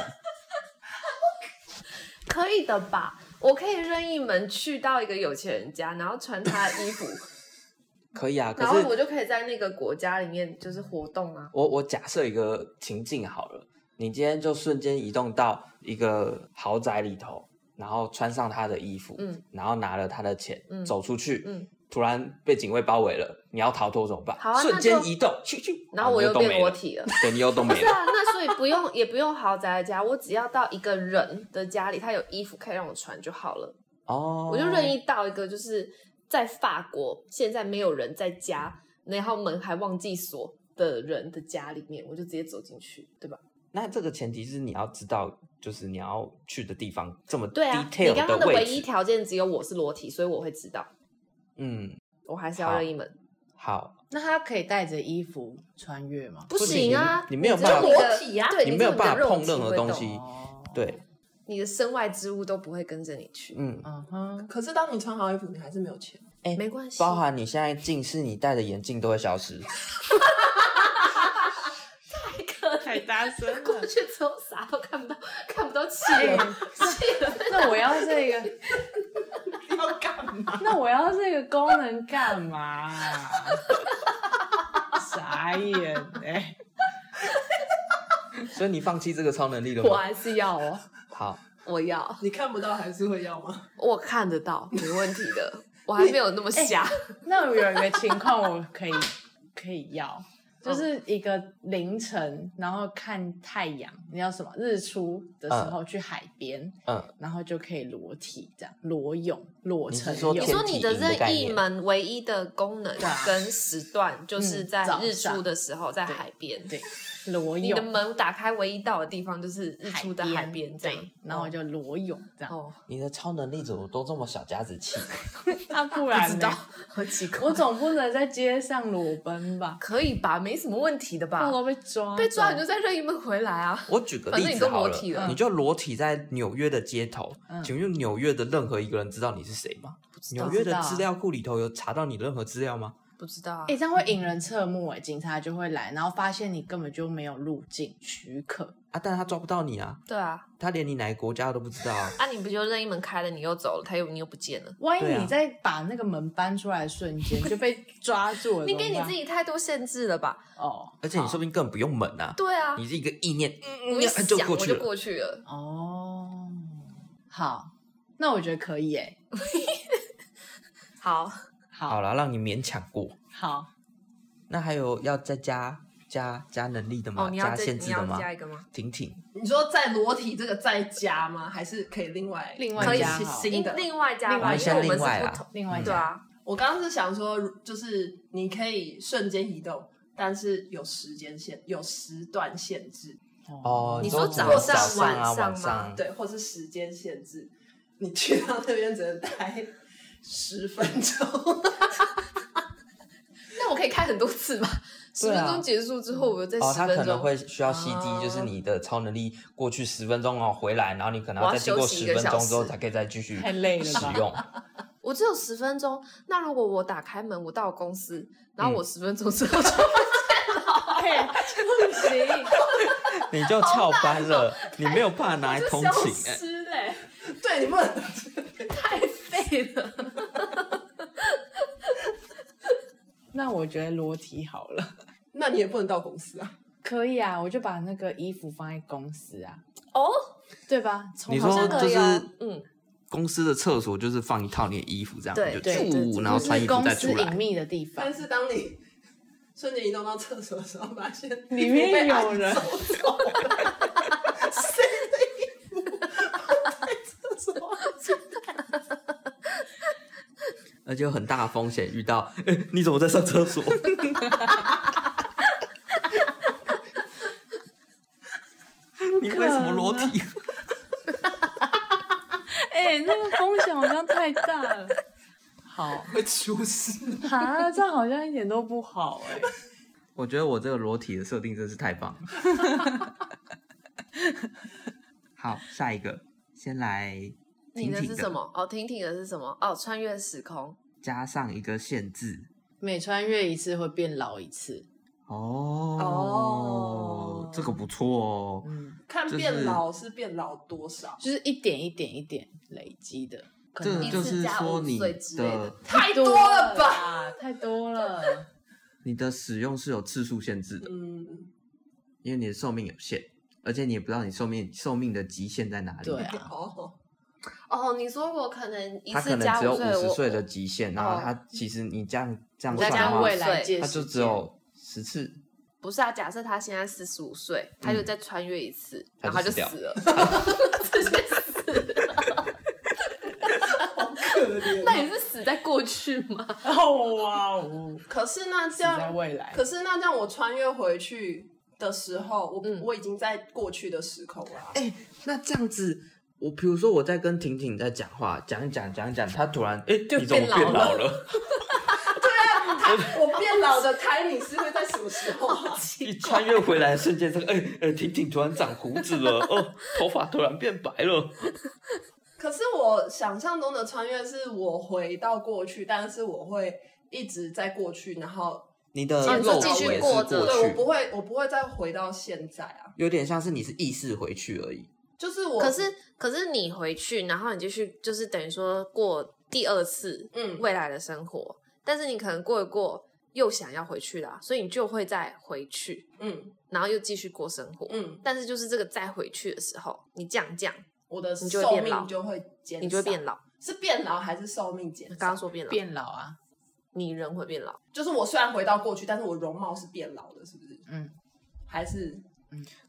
Speaker 5: 可以的吧？我可以任意门去到一个有钱人家，然后穿他的衣 服，
Speaker 3: 可以啊，可
Speaker 5: 然后
Speaker 3: 是
Speaker 5: 我就可以在那个国家里面就是活动啊。
Speaker 3: 我我假设一个情境好了，你今天就瞬间移动到一个豪宅里头，然后穿上他的衣服，
Speaker 5: 嗯
Speaker 3: 然后拿了他的钱，
Speaker 5: 嗯
Speaker 3: 走出去，
Speaker 5: 嗯
Speaker 3: 突然被警卫包围了，你要逃脱怎么办？
Speaker 5: 好啊
Speaker 3: 瞬
Speaker 5: 那
Speaker 3: 间
Speaker 5: 就
Speaker 3: 移动，去去，
Speaker 5: 然后
Speaker 3: 啊
Speaker 5: 我
Speaker 3: 你
Speaker 5: 又
Speaker 3: 都
Speaker 5: 变
Speaker 3: 没
Speaker 5: 裸
Speaker 3: 了，
Speaker 5: 体了。
Speaker 3: 对你又都
Speaker 5: 不
Speaker 3: 没
Speaker 5: 是
Speaker 3: 了，
Speaker 5: 啊，那所以不用也不用豪宅的家，我只要到一个人的家里，他有衣服可以让我穿就好了。
Speaker 3: 哦，
Speaker 5: 我就任意到一个就是在法国现在没有人在家，然后门还忘记锁的人的家里面，我就直接走进去，对吧？
Speaker 3: 那这个前提是你要知道，就是你要去的地方这么
Speaker 5: 对啊，你
Speaker 3: detail
Speaker 5: 刚刚的
Speaker 3: 位
Speaker 5: 唯一
Speaker 3: 置，
Speaker 5: 条件只有我是裸体，所以我会知道，
Speaker 3: 嗯，
Speaker 5: 我还是要
Speaker 3: 好
Speaker 5: 任意门。
Speaker 3: 好，
Speaker 1: 那他可以带着衣服穿越吗？
Speaker 5: 不行啊，
Speaker 3: 你你没有
Speaker 5: 只有
Speaker 3: 办法
Speaker 5: 你的
Speaker 6: 裸体啊
Speaker 5: 对，
Speaker 3: 你
Speaker 5: 只
Speaker 3: 没有
Speaker 5: 有
Speaker 3: 办
Speaker 5: 你的肉
Speaker 3: 法碰
Speaker 5: 体
Speaker 3: 任何
Speaker 5: 会
Speaker 3: 东
Speaker 5: 动
Speaker 3: 西
Speaker 1: 哦，
Speaker 3: 对，
Speaker 5: 你的身外之物都不会跟着你 去，
Speaker 3: 嗯。
Speaker 1: 嗯哼，
Speaker 6: 可是当你穿好衣服，你还是没有钱。
Speaker 3: 哎
Speaker 5: 没关系
Speaker 3: 包含你现在近视，你戴的眼镜都会 消失。
Speaker 1: 太大声
Speaker 5: 过
Speaker 1: 了。
Speaker 5: 去之后啥都看不到，看不到气
Speaker 1: 哎
Speaker 5: 了，气了。
Speaker 1: 那我要这个。
Speaker 6: 要干嘛？
Speaker 1: 那我要这个功能干嘛？啊 傻眼哎、
Speaker 3: 所以你放弃这个超能力 了
Speaker 5: 我
Speaker 3: 吗？
Speaker 5: 还是要哦，
Speaker 3: 好，
Speaker 5: 我要。
Speaker 6: 你看不到还是会要吗？
Speaker 5: 我看得到，没问题的。我还没有那么瞎。
Speaker 1: 那我有一个情况我可以可以要，就是一个凌晨，然后看太阳，你要什么日出的时候去海边，
Speaker 3: 嗯，
Speaker 1: 然后就可以裸体这样裸泳裸
Speaker 3: 你是
Speaker 1: 成
Speaker 3: 说
Speaker 1: 泳
Speaker 5: 你
Speaker 3: 天
Speaker 5: 说你的任意
Speaker 3: 天体营的
Speaker 5: 门唯一的功能
Speaker 1: 对啊
Speaker 5: 跟时段，就是在
Speaker 1: 嗯早
Speaker 5: 日出
Speaker 1: 上
Speaker 5: 的时候在
Speaker 1: 对
Speaker 5: 海边。
Speaker 1: 对，裸
Speaker 5: 你的
Speaker 1: 泳，
Speaker 5: 门打开唯一到的地方就是日出的海边，这样
Speaker 1: 对，，然后我就裸泳这样。
Speaker 5: 哦，
Speaker 3: 你的超能力怎么都这么小家子气？
Speaker 1: 那、啊不
Speaker 5: 不
Speaker 1: 然
Speaker 5: 知
Speaker 1: 呢
Speaker 5: 道？，很奇怪，
Speaker 1: 我总不能在街上裸奔吧？
Speaker 5: 可以吧？没什么问题的吧
Speaker 1: 到时？候被抓，
Speaker 5: 被抓你就再任意门回来啊！
Speaker 3: 我举个
Speaker 5: 反正
Speaker 3: 例
Speaker 5: 你
Speaker 3: 子
Speaker 5: 都
Speaker 3: 好
Speaker 5: 裸
Speaker 3: 了，
Speaker 5: 体了嗯
Speaker 3: 你就裸体在纽约的街头，请问纽约的任何一个人知道你是谁吗？纽约的资料库里头有查到你任何资料吗？
Speaker 5: 不知道啊
Speaker 1: 哎、，这样会引人侧目哎、警察就会来，然后发现你根本就没有入境许可，
Speaker 3: 啊，但他抓不到你啊，
Speaker 5: 对啊，
Speaker 3: 他连你哪个国家都不知道啊。
Speaker 5: 啊，你不就任意门开了，你又走了，他又你又不见了，
Speaker 1: 万一
Speaker 3: 对啊
Speaker 1: 你在把那个门搬出来的瞬间就被抓住了，
Speaker 5: 你给
Speaker 1: 怎
Speaker 5: 你
Speaker 1: 么办
Speaker 5: 自己太多限制了吧？
Speaker 1: 哦
Speaker 3: 而且你说不定根本不用门啊，
Speaker 5: 对啊，
Speaker 3: 你这一个意念，
Speaker 5: 我
Speaker 3: 嗯
Speaker 5: 一
Speaker 3: 嗯，就
Speaker 5: 想
Speaker 3: 过
Speaker 5: 我
Speaker 3: 去
Speaker 5: 就
Speaker 3: 了。
Speaker 5: 过去了，
Speaker 1: 哦，好，那我觉得可以哎、
Speaker 5: 好，
Speaker 1: 好
Speaker 3: 好了，让你勉强过。
Speaker 1: 好，
Speaker 3: 那还有要再加加加能力的吗？
Speaker 5: 哦，你要
Speaker 3: 加
Speaker 5: 再
Speaker 3: 限
Speaker 5: 你
Speaker 3: 制的
Speaker 5: 要
Speaker 3: 吗？
Speaker 5: 加一个吗？
Speaker 3: 婷婷，
Speaker 6: 你说在裸体这个再加吗？还是可以另外
Speaker 1: 另外
Speaker 6: 可以
Speaker 1: 加
Speaker 6: 是
Speaker 1: 好
Speaker 6: 新的？
Speaker 5: 另外加
Speaker 1: 另
Speaker 5: 吧，
Speaker 1: 外
Speaker 5: 因为我们
Speaker 3: 先另外
Speaker 5: 是
Speaker 3: 啦
Speaker 5: 不同，
Speaker 1: 另外
Speaker 5: 对
Speaker 1: 讲、
Speaker 5: 啊，
Speaker 6: 我刚刚是想说，如就是你可以瞬间移动，但是有时间限，有时段限制，
Speaker 3: 哦，
Speaker 5: 你
Speaker 3: 说
Speaker 5: 说
Speaker 3: 只能
Speaker 5: 早
Speaker 3: 早
Speaker 5: 上晚
Speaker 3: 啊，晚
Speaker 5: 上吗
Speaker 3: 上，
Speaker 6: 对，或是时间限制，你去到那边只能待 十分钟。
Speaker 5: 那我可以开很多次 吧？十
Speaker 3: 对
Speaker 5: 分
Speaker 3: 啊
Speaker 5: 钟结束之后，我又再
Speaker 3: 哦，
Speaker 5: 十
Speaker 3: 他可
Speaker 5: 分
Speaker 3: 能
Speaker 5: 钟，
Speaker 3: 会需要 CD，、
Speaker 5: 哦
Speaker 3: 就是你的超能力过去十分钟哦，回来，然后你可能要
Speaker 5: 我
Speaker 3: 再
Speaker 5: 要
Speaker 3: 经过
Speaker 5: 休息
Speaker 3: 十
Speaker 5: 一个
Speaker 3: 分钟之后
Speaker 5: 小时
Speaker 3: 才可以再继续
Speaker 1: 太累了
Speaker 3: 使
Speaker 1: 吧
Speaker 3: 用。
Speaker 5: 我只有十分钟。那如果我打开门，我到公司，然后
Speaker 3: 嗯
Speaker 5: 我十分钟之后就
Speaker 1: 哎不行，
Speaker 3: 你就翘班了，你没有办法拿来通
Speaker 5: 消
Speaker 3: 勤、哎
Speaker 5: 失嘞、
Speaker 6: 对，你不能
Speaker 5: 太废了。
Speaker 1: 那我觉得裸体好了。
Speaker 6: 那你也不能到公司啊。
Speaker 1: 可以啊，我就把那个衣服放在公司啊，
Speaker 5: 哦，
Speaker 1: 对吧？从
Speaker 3: 你
Speaker 1: 好
Speaker 3: 说
Speaker 1: 像
Speaker 3: 就是
Speaker 5: 嗯，
Speaker 3: 公司的厕所就是放一套你的衣服这样，
Speaker 5: 对
Speaker 3: 你就
Speaker 1: 对
Speaker 3: 住，然后
Speaker 1: 就
Speaker 3: 穿衣
Speaker 1: 是
Speaker 3: 服
Speaker 1: 公
Speaker 3: 再
Speaker 1: 司
Speaker 3: 出
Speaker 1: 隐
Speaker 3: 来。
Speaker 1: 秘的地方
Speaker 6: 但，是当你瞬间移动到厕所的时候，发现
Speaker 1: 里面
Speaker 6: 被
Speaker 1: 有人
Speaker 6: 按走走了谁的衣服放在厕所？
Speaker 3: 那就有很大的风险遇到， 哎、你怎么在上厕所？ 你为什么裸体？
Speaker 1: 哎、那个风险好像太大了。好
Speaker 6: 会出事。
Speaker 1: 啊，这样好像一点都不好哎、
Speaker 3: 我觉得我这个裸体的设定真是太棒了。好，下一个，先来
Speaker 5: 你
Speaker 3: 婷
Speaker 5: 的
Speaker 3: 婷
Speaker 5: 是什么？哦，婷婷的是什么？哦，穿越时空。
Speaker 3: 加上一个限制
Speaker 1: 每穿越一次会变老一次，
Speaker 3: 哦，这个不错哦。
Speaker 1: 嗯，
Speaker 6: 看
Speaker 3: 就是
Speaker 6: 变老是变老多少？
Speaker 1: 就是一点一点一点累积的，可
Speaker 3: 这
Speaker 1: 能
Speaker 3: 个就是说你
Speaker 5: 一次加五岁之类的
Speaker 3: 的
Speaker 6: 太
Speaker 1: 多
Speaker 6: 多了吧？
Speaker 1: 吧，太多了。
Speaker 3: 你的使用是有次数限制的，
Speaker 6: 嗯，
Speaker 3: 因为你的寿命有限，而且你也不知道你寿命寿命的极限在哪里。
Speaker 1: 对啊
Speaker 6: 哦，
Speaker 5: 哦，你说我可能一
Speaker 3: 他可
Speaker 5: 次
Speaker 3: 能
Speaker 5: 加
Speaker 3: 只有
Speaker 5: 五
Speaker 3: 五
Speaker 5: 岁，
Speaker 3: 十
Speaker 5: 我
Speaker 3: 岁的极限，然后
Speaker 5: 哦
Speaker 3: 他其实你这样这样
Speaker 1: 再
Speaker 5: 再
Speaker 3: 算的
Speaker 5: 加
Speaker 1: 加
Speaker 3: 话，
Speaker 1: 未来界，
Speaker 3: 他就只有十次，
Speaker 5: 不是啊。假设他现在四十五岁，他就再穿越一次，然后
Speaker 3: 嗯他
Speaker 5: 他
Speaker 3: 就
Speaker 5: 就死
Speaker 3: 死掉
Speaker 5: 了， 直接死。
Speaker 6: 可怜。
Speaker 5: 那你是死在过去吗？
Speaker 1: 哦哇 哦，
Speaker 6: 可是那
Speaker 1: 只
Speaker 6: 这
Speaker 1: 在
Speaker 6: 样，
Speaker 1: 未来，
Speaker 6: 可是那这样我穿越回去的时候，我、
Speaker 5: 嗯
Speaker 6: 我已经在过去的时空了啊。
Speaker 3: 哎、那这样子，我比如说我在跟婷婷在讲话，讲一讲讲一讲，她突然哎、
Speaker 5: 就
Speaker 3: 你怎么
Speaker 5: 变老
Speaker 3: 变老
Speaker 5: 了
Speaker 3: 了？
Speaker 6: 他我变老的胎，你是会在什么时候啊？
Speaker 3: 一穿越回来的瞬间，这个哎哎，婷婷突然长胡子了，哦，头发突然变白了。
Speaker 6: 可是我想象中的穿越是我回到过去，但是我会一直在过去，然后
Speaker 3: 你的
Speaker 6: 哦你说
Speaker 3: 肉
Speaker 6: 继续
Speaker 3: 体也是
Speaker 5: 过
Speaker 3: 过
Speaker 5: 着
Speaker 6: 对我不
Speaker 3: 去，
Speaker 6: 会，我不会再回到现在啊。
Speaker 3: 有点像是你是意识回去而已。
Speaker 6: 就是 我，
Speaker 5: 可是可是你回去，然后你继续就是等于说过第二次
Speaker 6: 嗯
Speaker 5: 未来的生活，但是你可能过一过又想要回去啦，所以你就会再回去，
Speaker 6: 嗯
Speaker 5: 然后又继续过生活。
Speaker 6: 嗯，
Speaker 5: 但是就是这个再回去的时候，你降降，
Speaker 6: 我的
Speaker 5: 你就会
Speaker 6: 寿
Speaker 5: 变老
Speaker 6: 命就会减，
Speaker 5: 你就会变
Speaker 6: 老，
Speaker 5: 老。
Speaker 6: 是变老还是寿命减少？
Speaker 5: 刚刚说变老，
Speaker 1: 变老啊，
Speaker 5: 你人会变老，
Speaker 6: 就是我虽然回到过去，但是我容貌是变老的，是不是？
Speaker 1: 嗯，
Speaker 6: 还是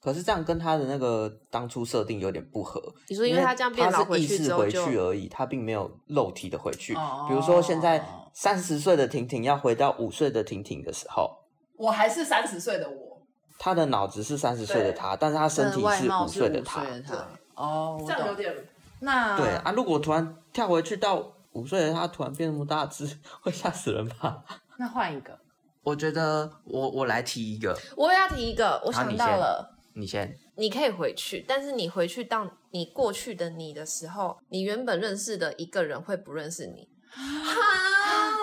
Speaker 3: 可是这样跟他的那个当初设定有点不合。
Speaker 5: 你说因为
Speaker 3: 为
Speaker 5: 他这样变老
Speaker 3: 他是
Speaker 5: 回
Speaker 3: 意
Speaker 5: 去
Speaker 3: 识
Speaker 5: 之后
Speaker 3: 回
Speaker 5: 就
Speaker 3: 去而已，他并没有肉体的回去。
Speaker 1: 哦
Speaker 3: 比如说现在三十岁的婷婷要回到五岁的婷婷的时候，
Speaker 6: 我还是三十岁的我，
Speaker 3: 他的脑子是三十岁的他，但是他身体
Speaker 1: 外
Speaker 3: 是
Speaker 1: 貌
Speaker 3: 五
Speaker 1: 是
Speaker 3: 岁的
Speaker 1: 五
Speaker 3: 他。
Speaker 1: 岁的他。哦，我
Speaker 6: 这样有
Speaker 1: 懂。
Speaker 6: 点
Speaker 1: 那
Speaker 5: 嗯
Speaker 3: 对啊，如果突然跳回去到五岁的他，突然变那么大只，会吓死人吧？
Speaker 1: 那换一个，
Speaker 3: 我觉得我我来提一个，
Speaker 5: 我要提一个，我
Speaker 3: 好
Speaker 5: 想
Speaker 3: 你
Speaker 5: 到
Speaker 3: 先
Speaker 5: 了。
Speaker 3: 你先。
Speaker 5: 你可以回去，但是你回去到你过去的你的时候，你原本认识的一个人会不认识你，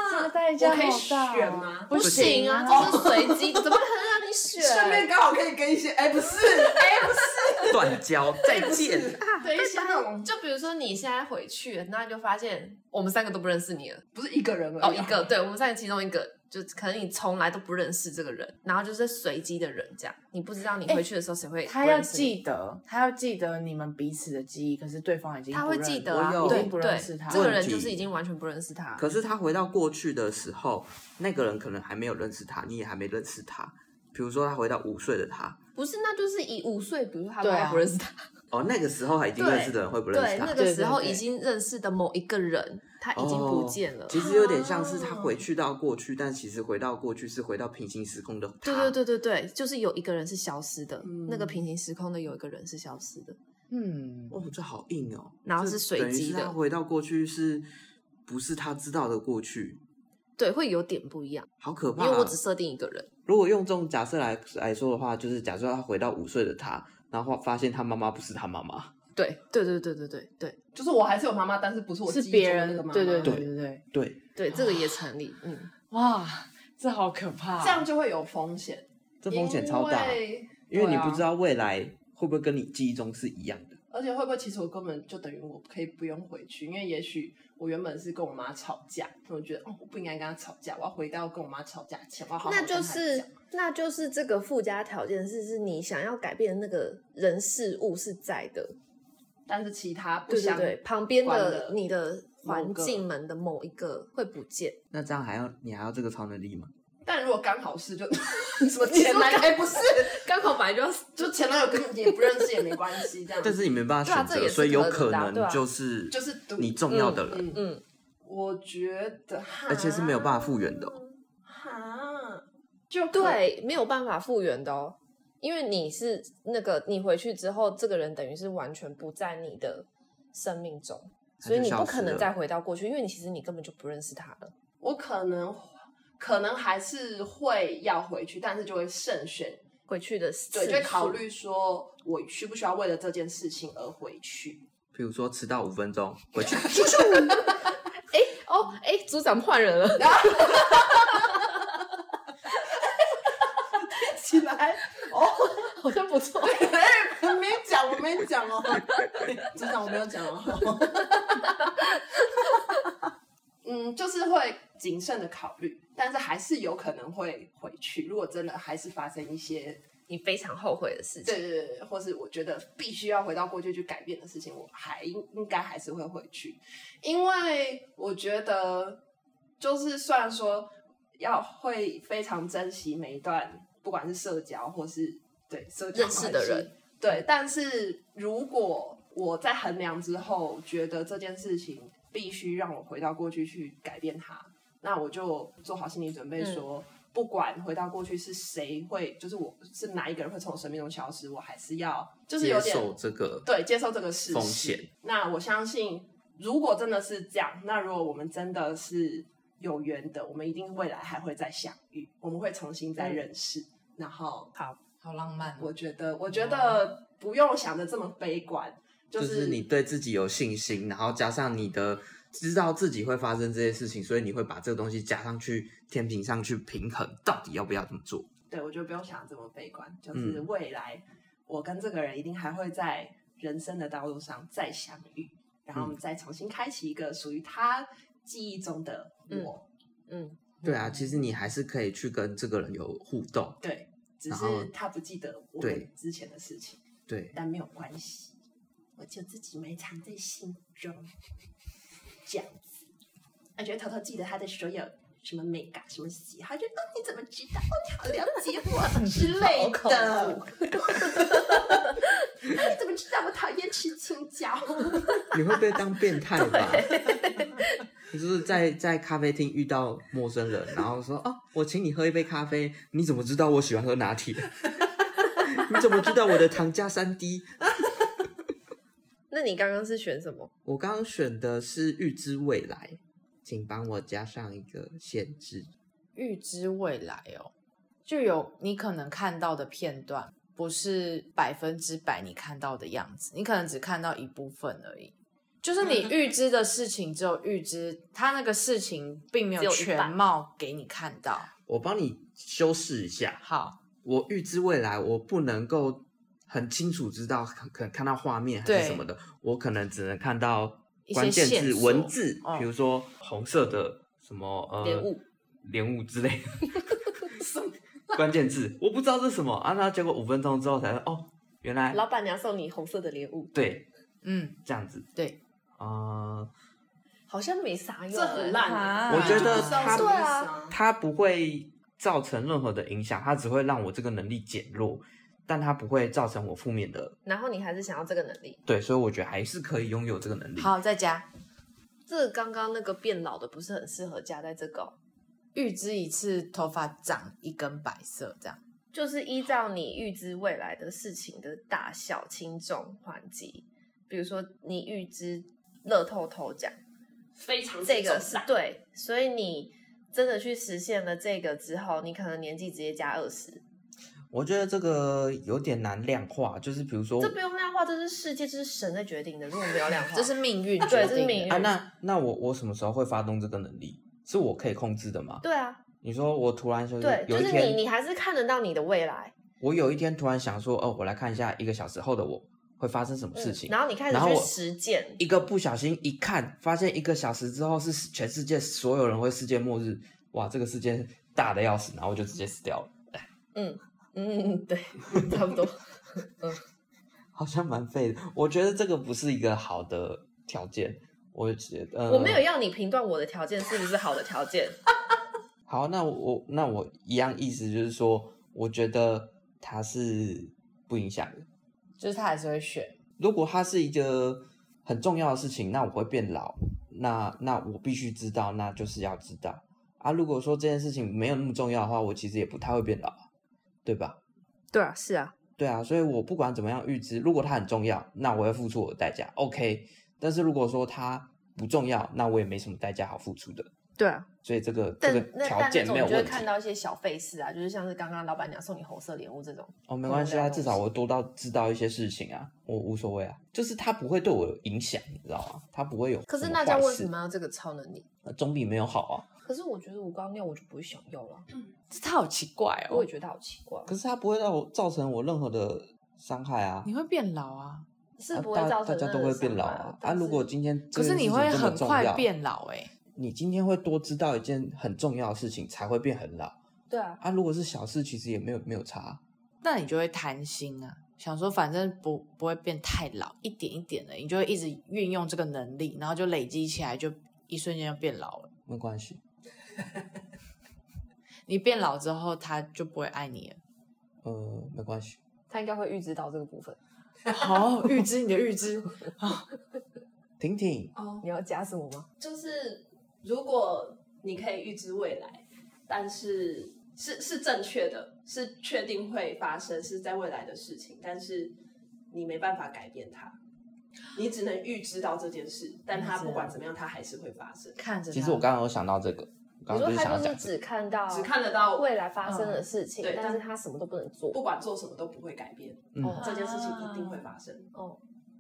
Speaker 1: 这个代
Speaker 6: 我可以选？吗？
Speaker 1: 啊不
Speaker 5: 行啊，
Speaker 1: 哦
Speaker 5: 这是随机，怎么可能让你选？
Speaker 6: 顺便刚好可以跟一些，哎、不是，哎、不是，
Speaker 3: 断交， 再
Speaker 6: 不
Speaker 3: 见。
Speaker 6: 是，
Speaker 5: 啊
Speaker 6: 对一些那种
Speaker 5: 就比如说你现在回去了，那就发现我们三个都不认识你了。
Speaker 6: 不是一个人而
Speaker 5: 哦，
Speaker 6: 已
Speaker 5: 一
Speaker 6: 啊、
Speaker 5: 个，对我们三个其中一个，就可能你从来都不认识这个人，然后就是随机的人这样，你不知道你回去的时候谁会、
Speaker 1: 哎他要，记得，他要记得你们彼此的记忆，可是对方已经
Speaker 5: 他
Speaker 1: 不
Speaker 5: 会
Speaker 1: 认
Speaker 5: 记得
Speaker 3: 我
Speaker 5: 啊，
Speaker 3: 有
Speaker 1: 已
Speaker 5: 对
Speaker 1: 经不认识
Speaker 5: 对
Speaker 1: 他，
Speaker 5: 这个人
Speaker 3: 问题
Speaker 5: 就是已经完全不认识他。
Speaker 3: 可是他回到过去的时候，那个人可能还没有认识他，你也还没认识他。比如说他回到五岁的他，
Speaker 5: 不是，那就是以五岁，比如说他
Speaker 1: 对
Speaker 5: 妈
Speaker 1: 啊
Speaker 5: 妈不认识他，
Speaker 3: 哦，那个时候还已经
Speaker 5: 对
Speaker 3: 认识的人会不认
Speaker 5: 对
Speaker 3: 识他，哦
Speaker 5: 那个时候
Speaker 1: 对对对
Speaker 5: 已经认识的某一个人，他已经不见了。啊
Speaker 3: 哦其实有点像是他回去到过去，但其实回到过去是回到平行时空的他。
Speaker 5: 对对对对对，就是有一个人是消失的，那个平行时空的有一个人是消失的，
Speaker 1: 嗯，
Speaker 3: 哦，这好硬哦。
Speaker 5: 然后
Speaker 3: 这
Speaker 5: 是随
Speaker 3: 等于
Speaker 5: 机
Speaker 3: 是
Speaker 5: 的
Speaker 3: 他回到过去是不是他知道的过去？
Speaker 5: 对，会有点不一样，
Speaker 3: 好可怕、
Speaker 5: 因
Speaker 3: 啊！
Speaker 5: 为我只设定一个人。
Speaker 3: 如果用这种假设来来说的话，就是假设他回到五岁的他，然后发现他妈妈不是他妈妈，
Speaker 5: 对对对对对对对
Speaker 6: 就是我还是有妈妈，但是不是我
Speaker 1: 是
Speaker 6: 记忆
Speaker 1: 别
Speaker 6: 中的那
Speaker 1: 人
Speaker 6: 个，妈妈
Speaker 1: 对对
Speaker 3: 对
Speaker 1: 对对对，
Speaker 3: 对，
Speaker 5: 对，这个也成立。嗯，
Speaker 1: 哇，这好可怕，啊
Speaker 6: 这样就会有风险，
Speaker 3: 这风险超大，
Speaker 6: 因
Speaker 3: 因为
Speaker 6: 为
Speaker 1: 对
Speaker 3: 你
Speaker 1: 啊
Speaker 3: 不知道未来会不会跟你记忆中是一样的。
Speaker 6: 而且会不会其实我根本就等于我可以不用回去，因为也许我原本是跟我妈吵架，我觉得哦我不应该跟她吵架，我要回到跟我妈吵架前，我要好好
Speaker 5: 那就
Speaker 6: 跟她
Speaker 5: 是
Speaker 6: 讲
Speaker 5: 那就是这个附加条件是是你想要改变的那个人事物是在的，
Speaker 6: 但是其他不
Speaker 5: 对对
Speaker 6: 相
Speaker 5: 对，旁边
Speaker 6: 关
Speaker 5: 的
Speaker 6: 的
Speaker 5: 你的
Speaker 6: 某
Speaker 5: 环
Speaker 6: 个
Speaker 5: 境门的某一个会不见。
Speaker 3: 那这样还要你还要这个超能力吗？
Speaker 6: 但如果刚好是就 什么前男友哎不是，
Speaker 5: 刚好本来就
Speaker 6: 就前男友跟也不认识也没关系， 这样。
Speaker 3: 但是你没办
Speaker 5: 对
Speaker 3: 法
Speaker 5: 啊
Speaker 3: 选
Speaker 5: 这
Speaker 3: 择，
Speaker 5: 也是
Speaker 3: 所以有
Speaker 5: 可能
Speaker 3: 可
Speaker 5: 的啊对
Speaker 3: 能
Speaker 5: 啊
Speaker 3: 就是
Speaker 6: 就是赌
Speaker 3: 你重要的人，
Speaker 6: 嗯，嗯
Speaker 5: 嗯，
Speaker 6: 我觉得哈
Speaker 3: 而且是没有办法复原的哦、
Speaker 6: 哈，就可
Speaker 5: 对，没有办法复原的哦，因为你是那个你回去之后，这个人等于是完全不在你的生命中，
Speaker 3: 他
Speaker 5: 所以
Speaker 3: 就
Speaker 5: 你
Speaker 3: 消
Speaker 5: 不可
Speaker 3: 失
Speaker 5: 能
Speaker 3: 了
Speaker 5: 再回到过去，因为你其实你根本就不认识他了。
Speaker 6: 我可能可能还是会要回去，但是就会慎选，
Speaker 5: 回去的
Speaker 6: 对，
Speaker 5: 次
Speaker 6: 就会考
Speaker 5: 数
Speaker 6: 虑说我需不需要为了这件事情而回去。
Speaker 3: 比如说迟到五分钟回 去，
Speaker 5: 哦，哎，组长换人了，
Speaker 6: 起 来哦，
Speaker 5: 好像不错。
Speaker 6: 哎，没讲，我没讲哦，至少我没有讲哦。 嗯，就是会谨慎的考虑，但是还是有可能会回去。如果真的还是发生一些
Speaker 5: 你非常后悔的事情，
Speaker 6: 对对对，或是我觉得必须要回到过去去改变的事情，我还应应该还是会回去，因为我觉得就是虽然说要会非常珍惜每一段，不管是社交或是对社交
Speaker 5: 认识的
Speaker 6: 关系
Speaker 5: 人，
Speaker 6: 对，但是如果我在衡量之后觉得这件事情必须让我回到过去去改变它，那我就做好心理准
Speaker 5: 嗯
Speaker 6: 备说，不管回到过去是谁会，就是我是哪一个人会从我生命中消失，我还是要就是有
Speaker 3: 接
Speaker 6: 点
Speaker 3: 受这个
Speaker 6: 对接受这个事实。
Speaker 3: 风险
Speaker 6: 那我相信，如果真的是这样，那如果我们真的是有缘的，我们一定未来还会再相遇，我们会重新
Speaker 3: 嗯
Speaker 6: 再认识。然后，
Speaker 1: 好浪漫哦。
Speaker 6: 我觉得，我觉得不用想的这么悲观，就、
Speaker 3: 嗯就是是你对自己有信心，然后加上你的知道自己会发生这些事情，所以你会把这个东西加上去，天平上去平衡，到底要不要这么做？
Speaker 6: 对我觉得不用想这么悲观，就是
Speaker 3: 嗯
Speaker 6: 未来我跟这个人一定还会在人生的道路上再相遇，
Speaker 3: 嗯
Speaker 6: 然后我们再重新开启一个属于他记忆中的我。
Speaker 5: 嗯，
Speaker 3: 对啊，其实你还是可以去跟这个人有互动，
Speaker 6: 对，只
Speaker 3: 然后
Speaker 6: 是他不记得我
Speaker 3: 对
Speaker 6: 们之前的事情，
Speaker 3: 对，
Speaker 6: 但没有关系，我就自己埋藏在心中，这样子，我觉得偷偷记得他的所有。什么美感，什么喜好，就哦，你怎么知道？哦，你好了解我之类的。那你怎么知道我讨厌吃青椒？
Speaker 3: 你会被当变态吧？ 你就是在在咖啡厅遇到陌生人，然后说哦，我请你喝一杯咖啡，你怎么知道我喜欢喝拿铁？ 你怎么知道我的糖加三滴？
Speaker 5: 那你刚刚是选什么？
Speaker 3: 我刚刚选的是预知未来，请帮我加上一个限制。
Speaker 1: 预知未来哦，就有你可能看到的片段，不是百分之百你看到的样子，你可能只看到一部分而已。就是你预知的事情，只有预知，他那个事情并没有
Speaker 8: 只有一半
Speaker 1: 全貌给你看到。
Speaker 3: 我帮你修饰一下。
Speaker 1: 好，
Speaker 3: 我预知未来，我不能够很清楚知道，可可能看到画面还
Speaker 1: 对
Speaker 3: 是什么的，我可能只能看到
Speaker 1: 一些
Speaker 3: 关键
Speaker 1: 线
Speaker 3: 字、
Speaker 1: 索
Speaker 3: 文字，
Speaker 1: 嗯
Speaker 3: 比如说红色的什么呃
Speaker 5: 莲雾、
Speaker 3: 莲雾之类 的关键字，我不知道这是什么啊。那结果五分钟之后才说，哦，原来
Speaker 5: 老板娘送你红色的莲雾，
Speaker 3: 对
Speaker 1: 嗯，
Speaker 3: 这样子
Speaker 1: 对，
Speaker 3: 啊、
Speaker 5: 好像没啥用，
Speaker 6: 这很烂
Speaker 1: 啊
Speaker 6: 欸，
Speaker 1: 我觉
Speaker 3: 得他
Speaker 6: 对啊，
Speaker 3: 它不会造成任何的影响，它只会让我这个能力减弱，但它不会造成我负面的。
Speaker 5: 然后你还是想要这个能力。
Speaker 3: 对，所以我觉得还是可以拥有这个能力。
Speaker 1: 好，再加
Speaker 5: 这刚刚那个变老的不是很适合加在这个哦、
Speaker 1: 预知一次头发长一根白色这样。
Speaker 5: 就是依照你预知未来的事情的大小、轻重缓急，比如说你预知乐透头奖，
Speaker 6: 非常
Speaker 5: 这个
Speaker 6: 之
Speaker 5: 是
Speaker 6: 重大
Speaker 5: 对，所以你真的去实现了这个之后，你可能年纪直接加二十，
Speaker 3: 我觉得这个有点难量化，就是比如说
Speaker 5: 这不用量化，这是世界，这是神在决定的。如果没有量化，
Speaker 1: 这是命运决定
Speaker 5: 对
Speaker 1: 的，
Speaker 5: 这是命运
Speaker 3: 啊，那那我我什么时候会发动这个能力？是我可以控制的吗？
Speaker 5: 对啊，
Speaker 3: 你说我突然就是
Speaker 5: 对，
Speaker 3: 有
Speaker 5: 就
Speaker 3: 一
Speaker 5: 是
Speaker 3: 天，
Speaker 5: 你，你还是看得到你的未来，
Speaker 3: 我有一天突然想说，哦，我来看一下一个小时后的我会发生什么
Speaker 5: 嗯
Speaker 3: 事情。
Speaker 5: 然后你开始
Speaker 3: 然后
Speaker 5: 去
Speaker 3: 我
Speaker 5: 实践，
Speaker 3: 一个不小心一看，发现一个小时之后是全世界所有人会世界末日，哇，这个世界大的要死，然后我就直接死掉了，
Speaker 5: 嗯， 对，差不多。
Speaker 3: 嗯好像蛮废的。我觉得这个不是一个好的条件，我觉得、呃、
Speaker 5: 我没有要你评断我的条件是不是好的条件，
Speaker 3: 好，那我那我一样意思就是说，我觉得它是不影响的。
Speaker 1: 就是他还是会选。
Speaker 3: 如果它是一个很重要的事情，那我会变老，那那我必须知道，那就是要知道啊。如果说这件事情没有那么重要的话，我其实也不太会变老，啊对吧？
Speaker 5: 对啊，是啊，
Speaker 3: 对啊，所以我不管怎么样预知，如果它很重要，那我会付出我的代价，OK。但是如果说它不重要，那我也没什么代价好付出的。
Speaker 5: 对啊，
Speaker 3: 所以这个这
Speaker 5: 但
Speaker 3: 个
Speaker 5: 那
Speaker 3: 条
Speaker 5: 但那
Speaker 3: 件
Speaker 5: 种
Speaker 3: 没
Speaker 5: 你
Speaker 3: 有
Speaker 5: 就会
Speaker 3: 问题
Speaker 5: 看到一些小费事啊，就是像是刚刚老板娘送你红色莲雾这种，
Speaker 3: 哦，没关系啊，
Speaker 5: 嗯
Speaker 3: 至少我多到知道一些事情啊，我无所谓啊。就是它不会对我有影响，你知道吗？它不会有。
Speaker 5: 可是那这样为什？么要这个超能力？
Speaker 3: 呃总比没有好啊。
Speaker 5: 可是我觉得无高尿我就不会想要了，
Speaker 1: 他好奇
Speaker 3: 哎
Speaker 1: 怪
Speaker 5: 我
Speaker 1: 哦
Speaker 5: 也，觉得好奇怪，
Speaker 3: 可是它不会让我造成我任何的伤害啊。
Speaker 1: 你会变老啊，
Speaker 5: 是
Speaker 3: 啊
Speaker 5: 不
Speaker 3: 大
Speaker 5: 会造
Speaker 3: 大
Speaker 5: 成
Speaker 3: 家
Speaker 5: 任何
Speaker 3: 都会变老
Speaker 5: 伤害
Speaker 3: 啊。啊，如果今天这
Speaker 1: 可是
Speaker 3: 件
Speaker 1: 你
Speaker 3: 事情
Speaker 1: 会
Speaker 3: 这么
Speaker 1: 很
Speaker 3: 重
Speaker 1: 快
Speaker 3: 要
Speaker 1: 变老哎、
Speaker 3: 你今天会多知道一件很重要的事情，才会变很老
Speaker 5: 对啊，
Speaker 3: 啊。如果是小事，其实也没有没有差。
Speaker 1: 那你就会贪心啊，想说反正不不会变太老，一点一点的，你就会一直运用这个能力，然后就累积起来，就一瞬间就变老了。
Speaker 3: 没关系，
Speaker 1: 你变老之后，他就不会爱你了。
Speaker 3: 呃，没关系。
Speaker 5: 他应该会预知到这个部分。
Speaker 1: 好、预知你的预知，
Speaker 3: 婷婷，
Speaker 6: 哦，
Speaker 5: 你要加什么吗？
Speaker 6: 就是如果你可以预知未来，但是是是正确的，是确定会发生，是在未来的事情，但是你没办法改变它，你只能预知到这件事，但它不管怎么样，它还是会发生。
Speaker 1: 看着他
Speaker 3: 其实我刚刚有想到这个，我
Speaker 5: 你
Speaker 3: 刚刚
Speaker 5: 说
Speaker 3: 就是
Speaker 5: 他
Speaker 3: 想要
Speaker 5: 就是
Speaker 3: 讲这个
Speaker 5: 只。看到
Speaker 6: 只看得到
Speaker 5: 未来发生的事情
Speaker 6: 嗯对，
Speaker 5: 但是
Speaker 6: 但
Speaker 5: 他什么都不能做。
Speaker 6: 不管做什么都不会改变，
Speaker 3: 嗯
Speaker 5: 哦
Speaker 6: 这件事情一定会发生
Speaker 5: 哦，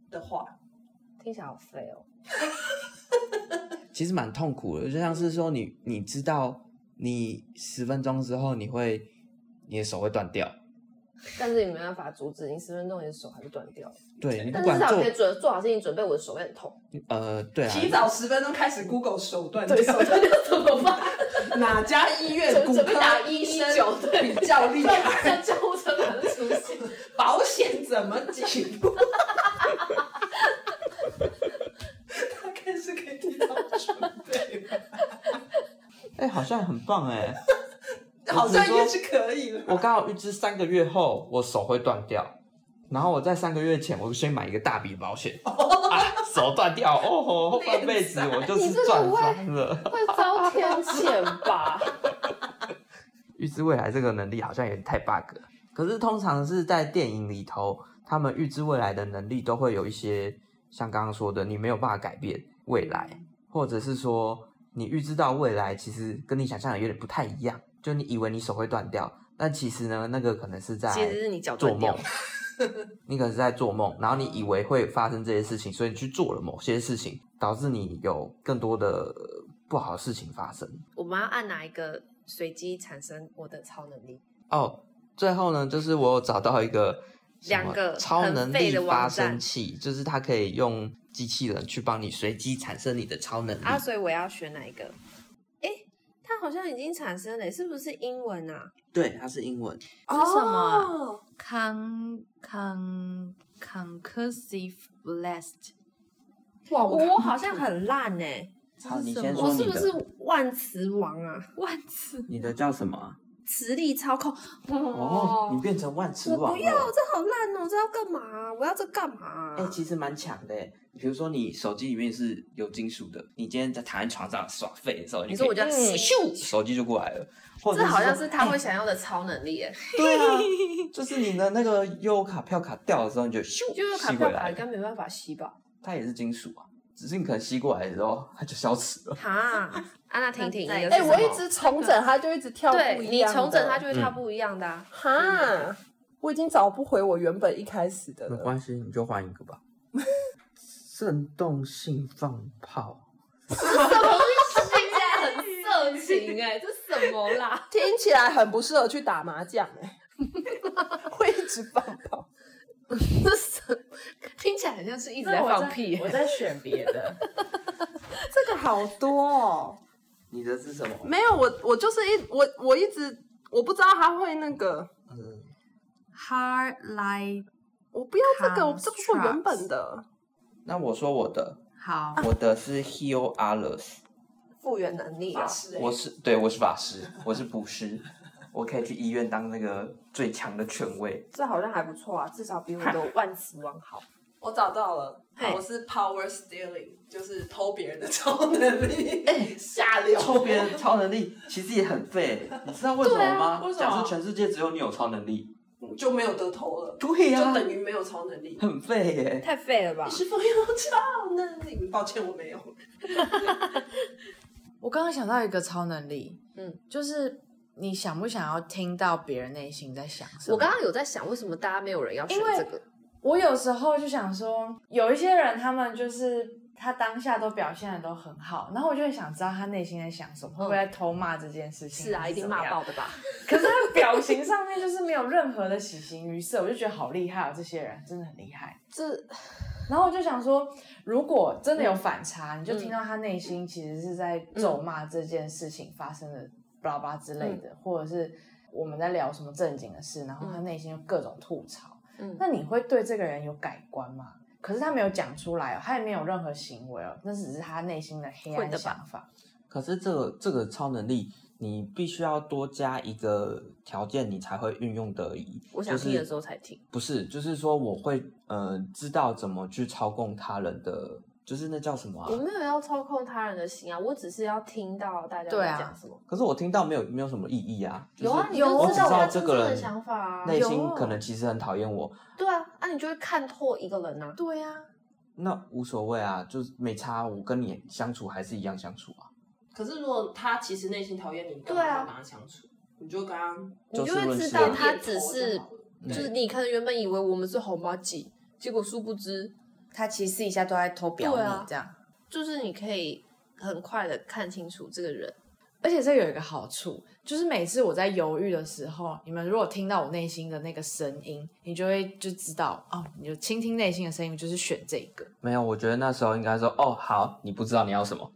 Speaker 6: 的话，
Speaker 5: 听起来好废哦。
Speaker 3: 其实蛮痛苦的，就像是说你你知道你十分钟之后你会你的手会断掉，
Speaker 5: 但是你没办法阻止，你十分钟你的手还是断掉了。
Speaker 3: 对你不
Speaker 5: 但至
Speaker 3: 管
Speaker 5: 少
Speaker 3: 做
Speaker 5: 可以准做好事情，准备我的手会很 痛。
Speaker 3: 呃对啊，
Speaker 6: 提早十分钟开始 Google 手段
Speaker 5: 对，手断掉怎么办？
Speaker 6: 哪家医院骨
Speaker 5: 准备打
Speaker 6: 科
Speaker 5: 一
Speaker 6: 医
Speaker 5: 一
Speaker 6: 生
Speaker 5: 九对
Speaker 6: 比较厉害？
Speaker 5: 像救护车可能出现。
Speaker 6: 保险怎么起步？大概是可以提到准备吧，
Speaker 3: 哎、好像很棒哎、
Speaker 6: 好像也是可以了。
Speaker 3: 我刚好预知三个月后我手会断掉，然后我在三个月前我就先买一个大笔 保险，啊、手断掉哦吼，半辈子我就是赚翻了。
Speaker 5: 会遭天谴吧？
Speaker 3: 预知未来这个能力好像有点太 bug 了。可是通常是在电影里头，他们预知未来的能力都会有一些，像刚刚说的，你没有办法改变未来，或者是说你预知到未来，其实跟你想象的有点不太一样。就你以为你手会断掉，但其实呢，那个可能是在
Speaker 9: 其实是你脚
Speaker 3: 做
Speaker 9: 断掉
Speaker 3: 梦，你可能是在做梦，然后你以为会发生这些事情，所以你去做了某些事情，导致你有更多的呃不好的事情发生。
Speaker 9: 我们要按哪一个随机产生我的超能力？
Speaker 3: 哦，最后呢，就是我有找到一个什
Speaker 9: 两
Speaker 3: 么
Speaker 9: 个
Speaker 3: 超能
Speaker 9: 很废
Speaker 3: 力
Speaker 9: 的
Speaker 3: 发
Speaker 9: 网站
Speaker 3: 生器，就是它可以用机器人去帮你随机产生你的超能力。
Speaker 9: 啊，所以我要选哪一个？诶，它好像已经产生了，是不是英文啊？
Speaker 3: 对，它是英文。
Speaker 10: 是什么啊
Speaker 6: 哦
Speaker 10: ？con con concursive blast
Speaker 9: 哇，哦我好像很烂哎、
Speaker 3: 好，你先
Speaker 9: 我
Speaker 3: 说
Speaker 9: 是
Speaker 3: 你
Speaker 9: 不
Speaker 3: 的，
Speaker 9: 是万磁王啊？
Speaker 10: 万次
Speaker 3: 你的叫什么啊？
Speaker 9: 磁力操控
Speaker 3: 哦，
Speaker 9: 哦
Speaker 3: 你，变成万磁
Speaker 9: 我
Speaker 3: 王
Speaker 6: 啊
Speaker 9: 不要，
Speaker 3: 了。
Speaker 9: 这好烂哦，这要干嘛啊、我要这干嘛啊、
Speaker 3: 哎、其实蛮强的耶。比如说，你手机里面是有金属的，你今天在躺在床上耍废的时候，
Speaker 9: 你
Speaker 3: 你
Speaker 9: 说我
Speaker 3: 就
Speaker 9: 就
Speaker 6: 哎
Speaker 9: 要咻，
Speaker 3: 手机就过来了，或者
Speaker 5: 这好像
Speaker 3: 说
Speaker 5: 是
Speaker 3: 哎
Speaker 5: 他会想要的超能力耶，
Speaker 6: 哎
Speaker 3: 对啊，就是你的那个悠游卡票卡掉的时候，你就咻
Speaker 5: 就是卡
Speaker 3: 吸过
Speaker 5: 票卡
Speaker 3: 来
Speaker 5: 应该没办法吸吧？
Speaker 3: 它也是金属啊，只是你可能吸过来的时候 它就消失了。
Speaker 9: 哈， 安娜婷婷，
Speaker 10: 哎
Speaker 9: 你的
Speaker 6: 哎、
Speaker 9: 是什
Speaker 6: 我
Speaker 9: 么
Speaker 6: 一直重整，它就一直跳不
Speaker 5: 对
Speaker 6: 一
Speaker 5: 你
Speaker 6: 样的。嗯
Speaker 5: 重整，它就会跳不一样的啊。
Speaker 6: 哈，我已经找不回我原本一开始的了。
Speaker 3: 系，你就换一个吧。 震动性放炮，
Speaker 5: 听起来很色情
Speaker 9: 欸
Speaker 5: 哎、这什么啦？
Speaker 6: 听起来很不适合去打麻将哎、 会一直放炮。
Speaker 5: 这什听起来很像是一直在放屁、
Speaker 1: 我在选别的。
Speaker 6: 这个好多哦，
Speaker 3: 你的是什么？
Speaker 6: 没有我我就是一我我一直我不知道他会那个，
Speaker 3: 嗯，
Speaker 10: hard light
Speaker 6: 我不要这个，我
Speaker 10: Constructs
Speaker 6: 这不是我原本的。
Speaker 3: 那我说我的，
Speaker 1: 啊
Speaker 10: 好，
Speaker 3: 我的是 heal others，
Speaker 9: 复原能力啊？
Speaker 3: 我是对，我是法师，我是捕师， 我可以去医院当那个最强的权威。
Speaker 9: 这好像还不错啊，至少比我的万磁王 好。
Speaker 6: 我找到了
Speaker 9: 嘿，
Speaker 6: 我是 power stealing，就是偷别人的超能力，下流。
Speaker 3: 抽别人超能力其实也很废，你知道为什么吗？假设全世界只有你有超能力，
Speaker 6: 就没有得头了，
Speaker 3: 对呀、
Speaker 6: 就等于没有超能力。
Speaker 3: 很废耶。
Speaker 9: 太废了吧
Speaker 6: 你！是否有超能力？抱歉，我没有。
Speaker 1: 我刚刚想到一个超能力，
Speaker 9: 嗯，
Speaker 1: 就是你想不想要听到别人内心在想什么？
Speaker 5: 我刚刚有在想，为什么大家没有人要选
Speaker 1: 因为
Speaker 5: 这个？
Speaker 1: 我有时候就想说，有一些人他们就是他当下都表现的都很好，然后我就很想知道他内心在想什么，会不会在偷骂这件事情？
Speaker 5: 嗯是啊，一定骂
Speaker 1: 爆。
Speaker 5: 爆的吧？
Speaker 1: 可是他表情上面就是没有任何的喜形于色，我就觉得好厉害哦，这些人真的很厉害。
Speaker 6: 这
Speaker 1: 然后我就想说，如果
Speaker 9: 嗯
Speaker 1: 真的有反差，你就听到他内心其实是在咒骂这件事情发生的巴拉巴拉之
Speaker 9: 嗯
Speaker 1: 类的，或者是我们在聊什么正经的事，然后他内心有各种吐槽。
Speaker 9: 嗯
Speaker 1: 那你会对这个人有改观吗？可是他没有讲出来哦，他也没有任何行为哦，那只是他内心的黑
Speaker 9: 会
Speaker 1: 暗
Speaker 9: 的吧
Speaker 1: 想法。
Speaker 3: 可是这个这个超能力，你必须要多加一个条件，你才会运用得宜。
Speaker 9: 我想听的时候才听。
Speaker 3: 不是，就是说我会呃知道怎么去操控他人的，就是那叫什么、啊
Speaker 5: 我？没有要操控他人的心啊，我只是要听到大家
Speaker 1: 对啊
Speaker 5: 在讲什么。
Speaker 3: 可是我听到没有没有什么意义啊。就是
Speaker 5: 有啊，你
Speaker 3: 我
Speaker 5: 就
Speaker 3: 只
Speaker 5: 知
Speaker 3: 知
Speaker 5: 道他
Speaker 3: 道
Speaker 5: 真
Speaker 3: 这
Speaker 5: 正
Speaker 3: 个
Speaker 5: 的
Speaker 3: 人
Speaker 5: 想法啊。
Speaker 3: 内心
Speaker 1: 有
Speaker 3: 可能其实很讨厌我，
Speaker 5: 对啊，那、你就会看透一个人啊。
Speaker 1: 对呀、啊，
Speaker 3: 那无所谓啊，就是没差，我跟你相处还是一样相处啊，
Speaker 6: 可是如果他其实内心讨厌你，你干
Speaker 5: 对
Speaker 6: 嘛
Speaker 5: 啊
Speaker 6: 要跟他相处？你就跟他
Speaker 5: 你就
Speaker 3: 就事
Speaker 5: 会
Speaker 3: 论
Speaker 5: 知
Speaker 3: 事
Speaker 5: 道
Speaker 3: 啊
Speaker 5: 他只是
Speaker 6: 点头就好了，
Speaker 3: 对
Speaker 5: 就是你可能原本以为我们是红毛姐，结果殊不知，
Speaker 1: 他其实私底下都在偷表
Speaker 5: 对
Speaker 1: 你
Speaker 5: 啊
Speaker 1: 这样。
Speaker 5: 就是你可以很快的看清楚这个人。
Speaker 1: 而且这有一个好处，就是每次我在犹豫的时候，你们如果听到我内心的那个声音，你就会就知道哦，你就倾听内心的声音，就是选这个。
Speaker 3: 没有，我觉得那时候应该说，哦，好，你不知道你要什么，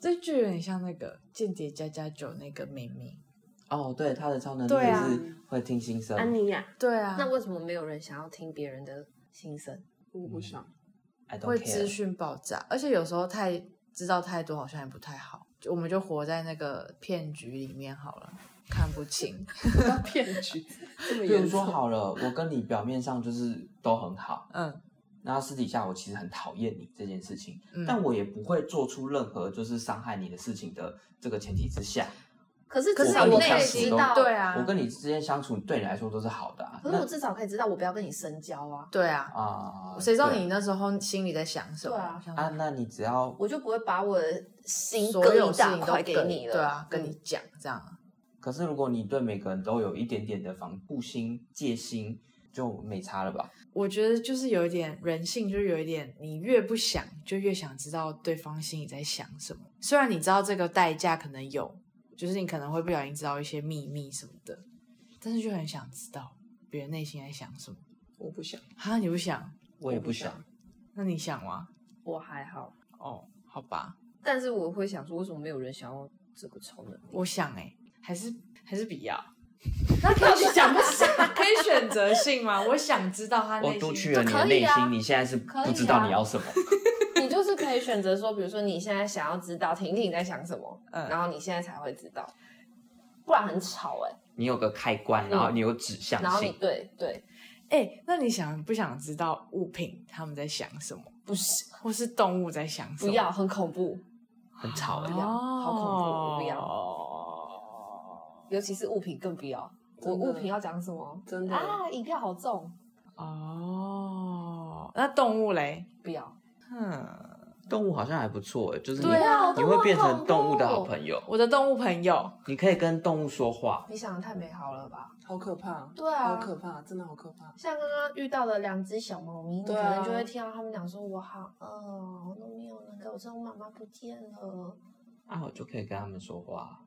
Speaker 1: 这就有点像那个《间谍加加酒》那个妹妹。
Speaker 3: 哦，对，他的超能力
Speaker 1: 对
Speaker 3: 也
Speaker 1: 啊
Speaker 3: 是会听心
Speaker 6: 嗯
Speaker 3: 声，
Speaker 9: 安妮呀，
Speaker 1: 对啊，
Speaker 5: 那为什么没有人想要听别人的心声？
Speaker 6: 我不想。
Speaker 3: I don't
Speaker 1: 会
Speaker 3: care
Speaker 1: 资讯爆炸，而且有时候太知道太多好像也不太好，就我们就活在那个骗局里面好了，看不清。
Speaker 6: 骗局，这么
Speaker 3: 比如说好了，我跟你表面上就是都很好，
Speaker 1: 嗯，
Speaker 3: 然后私底下我其实很讨厌你这件事情，
Speaker 1: 嗯
Speaker 3: 但我也不会做出任何就是伤害你的事情的这个前提之下，
Speaker 5: 可是
Speaker 11: 可
Speaker 5: 至
Speaker 11: 是
Speaker 5: 少
Speaker 11: 你
Speaker 5: 我
Speaker 11: 内
Speaker 5: 可以
Speaker 11: 心
Speaker 5: 知道，
Speaker 11: 对啊
Speaker 3: 我，跟你之间相处对你来说都是好的、啊。
Speaker 5: 可是我至少可以知道我不要跟你深交啊，
Speaker 11: 对啊，
Speaker 3: 那啊，
Speaker 11: 谁知道
Speaker 3: 对
Speaker 11: 你那时候心里在想什么？
Speaker 5: 对啊
Speaker 11: 想说
Speaker 3: 啊？那你只要
Speaker 5: 我就不会把我的心
Speaker 11: 所
Speaker 5: 割
Speaker 11: 有
Speaker 5: 一
Speaker 11: 事
Speaker 5: 大
Speaker 11: 情都
Speaker 5: 块给
Speaker 11: 跟
Speaker 5: 你了，
Speaker 11: 对啊，跟你
Speaker 5: 嗯
Speaker 11: 讲这样。
Speaker 3: 可是如果你对每个人都有一点点的防护心、戒心，就没差了吧？
Speaker 1: 我觉得就是有一点人性，就是有一点，你越不想，就越想知道对方心里在想什么。虽然你知道这个代价可能有，就是你可能会不小心知道一些秘密什么的，但是就很想知道别人内心在想什么。
Speaker 6: 我不想，
Speaker 1: 哈，你不想？
Speaker 3: 我也不想，
Speaker 1: 那你想吗？
Speaker 5: 我还好，
Speaker 1: 哦，好吧，
Speaker 5: 但是我会想说，为什么没有人想要这个超能力？
Speaker 1: 我想哎、还是还是不要。 那可以 想不想？可以选择性吗？我想知道他
Speaker 3: 我
Speaker 1: 内心
Speaker 3: 读取了你的
Speaker 5: 可
Speaker 3: 内
Speaker 5: 以
Speaker 3: 心，
Speaker 5: 啊
Speaker 3: 你现在是
Speaker 5: 可以
Speaker 3: 不知道
Speaker 5: 啊
Speaker 3: 你要什么。
Speaker 5: 你就是可以选择说，比如说你现在想要知道婷婷在想什么，
Speaker 1: 嗯
Speaker 5: 然后你现在才会知道，不然很吵哎、
Speaker 3: 你有个开关，然后你有指向
Speaker 5: 然后你
Speaker 3: 性，
Speaker 5: 对对，
Speaker 1: 哎、那你想不想知道物品他们在想什么，
Speaker 5: 不是
Speaker 1: 或是动物在想什
Speaker 5: 不
Speaker 1: 么？哦
Speaker 5: 要，很恐怖，
Speaker 3: 很 吵
Speaker 5: 不要好恐怖我不
Speaker 1: 要。
Speaker 5: 尤其是物品更不要。我
Speaker 6: 真的
Speaker 5: 物品要讲什么？
Speaker 6: 真的
Speaker 5: 啊，饮料好重，
Speaker 1: 哦，那动物嘞？
Speaker 5: 不要。
Speaker 1: 哼，
Speaker 3: 动物好像还不错欸，就是你
Speaker 1: 对啊
Speaker 3: 你会变成动物的好哦朋友，
Speaker 1: 我的动物朋友，
Speaker 3: 你可以跟动物说话。
Speaker 5: 你想的太美好了吧？
Speaker 6: 好可怕，
Speaker 5: 对啊
Speaker 6: 好可怕，真的好可怕。
Speaker 5: 像刚刚遇到的两只小猫咪，你可
Speaker 6: 对啊
Speaker 5: 能就会听到它们讲说：“我好饿哦，我都没有人给我吃，我妈妈不见了。
Speaker 3: 那啊我就可以跟他们说话，”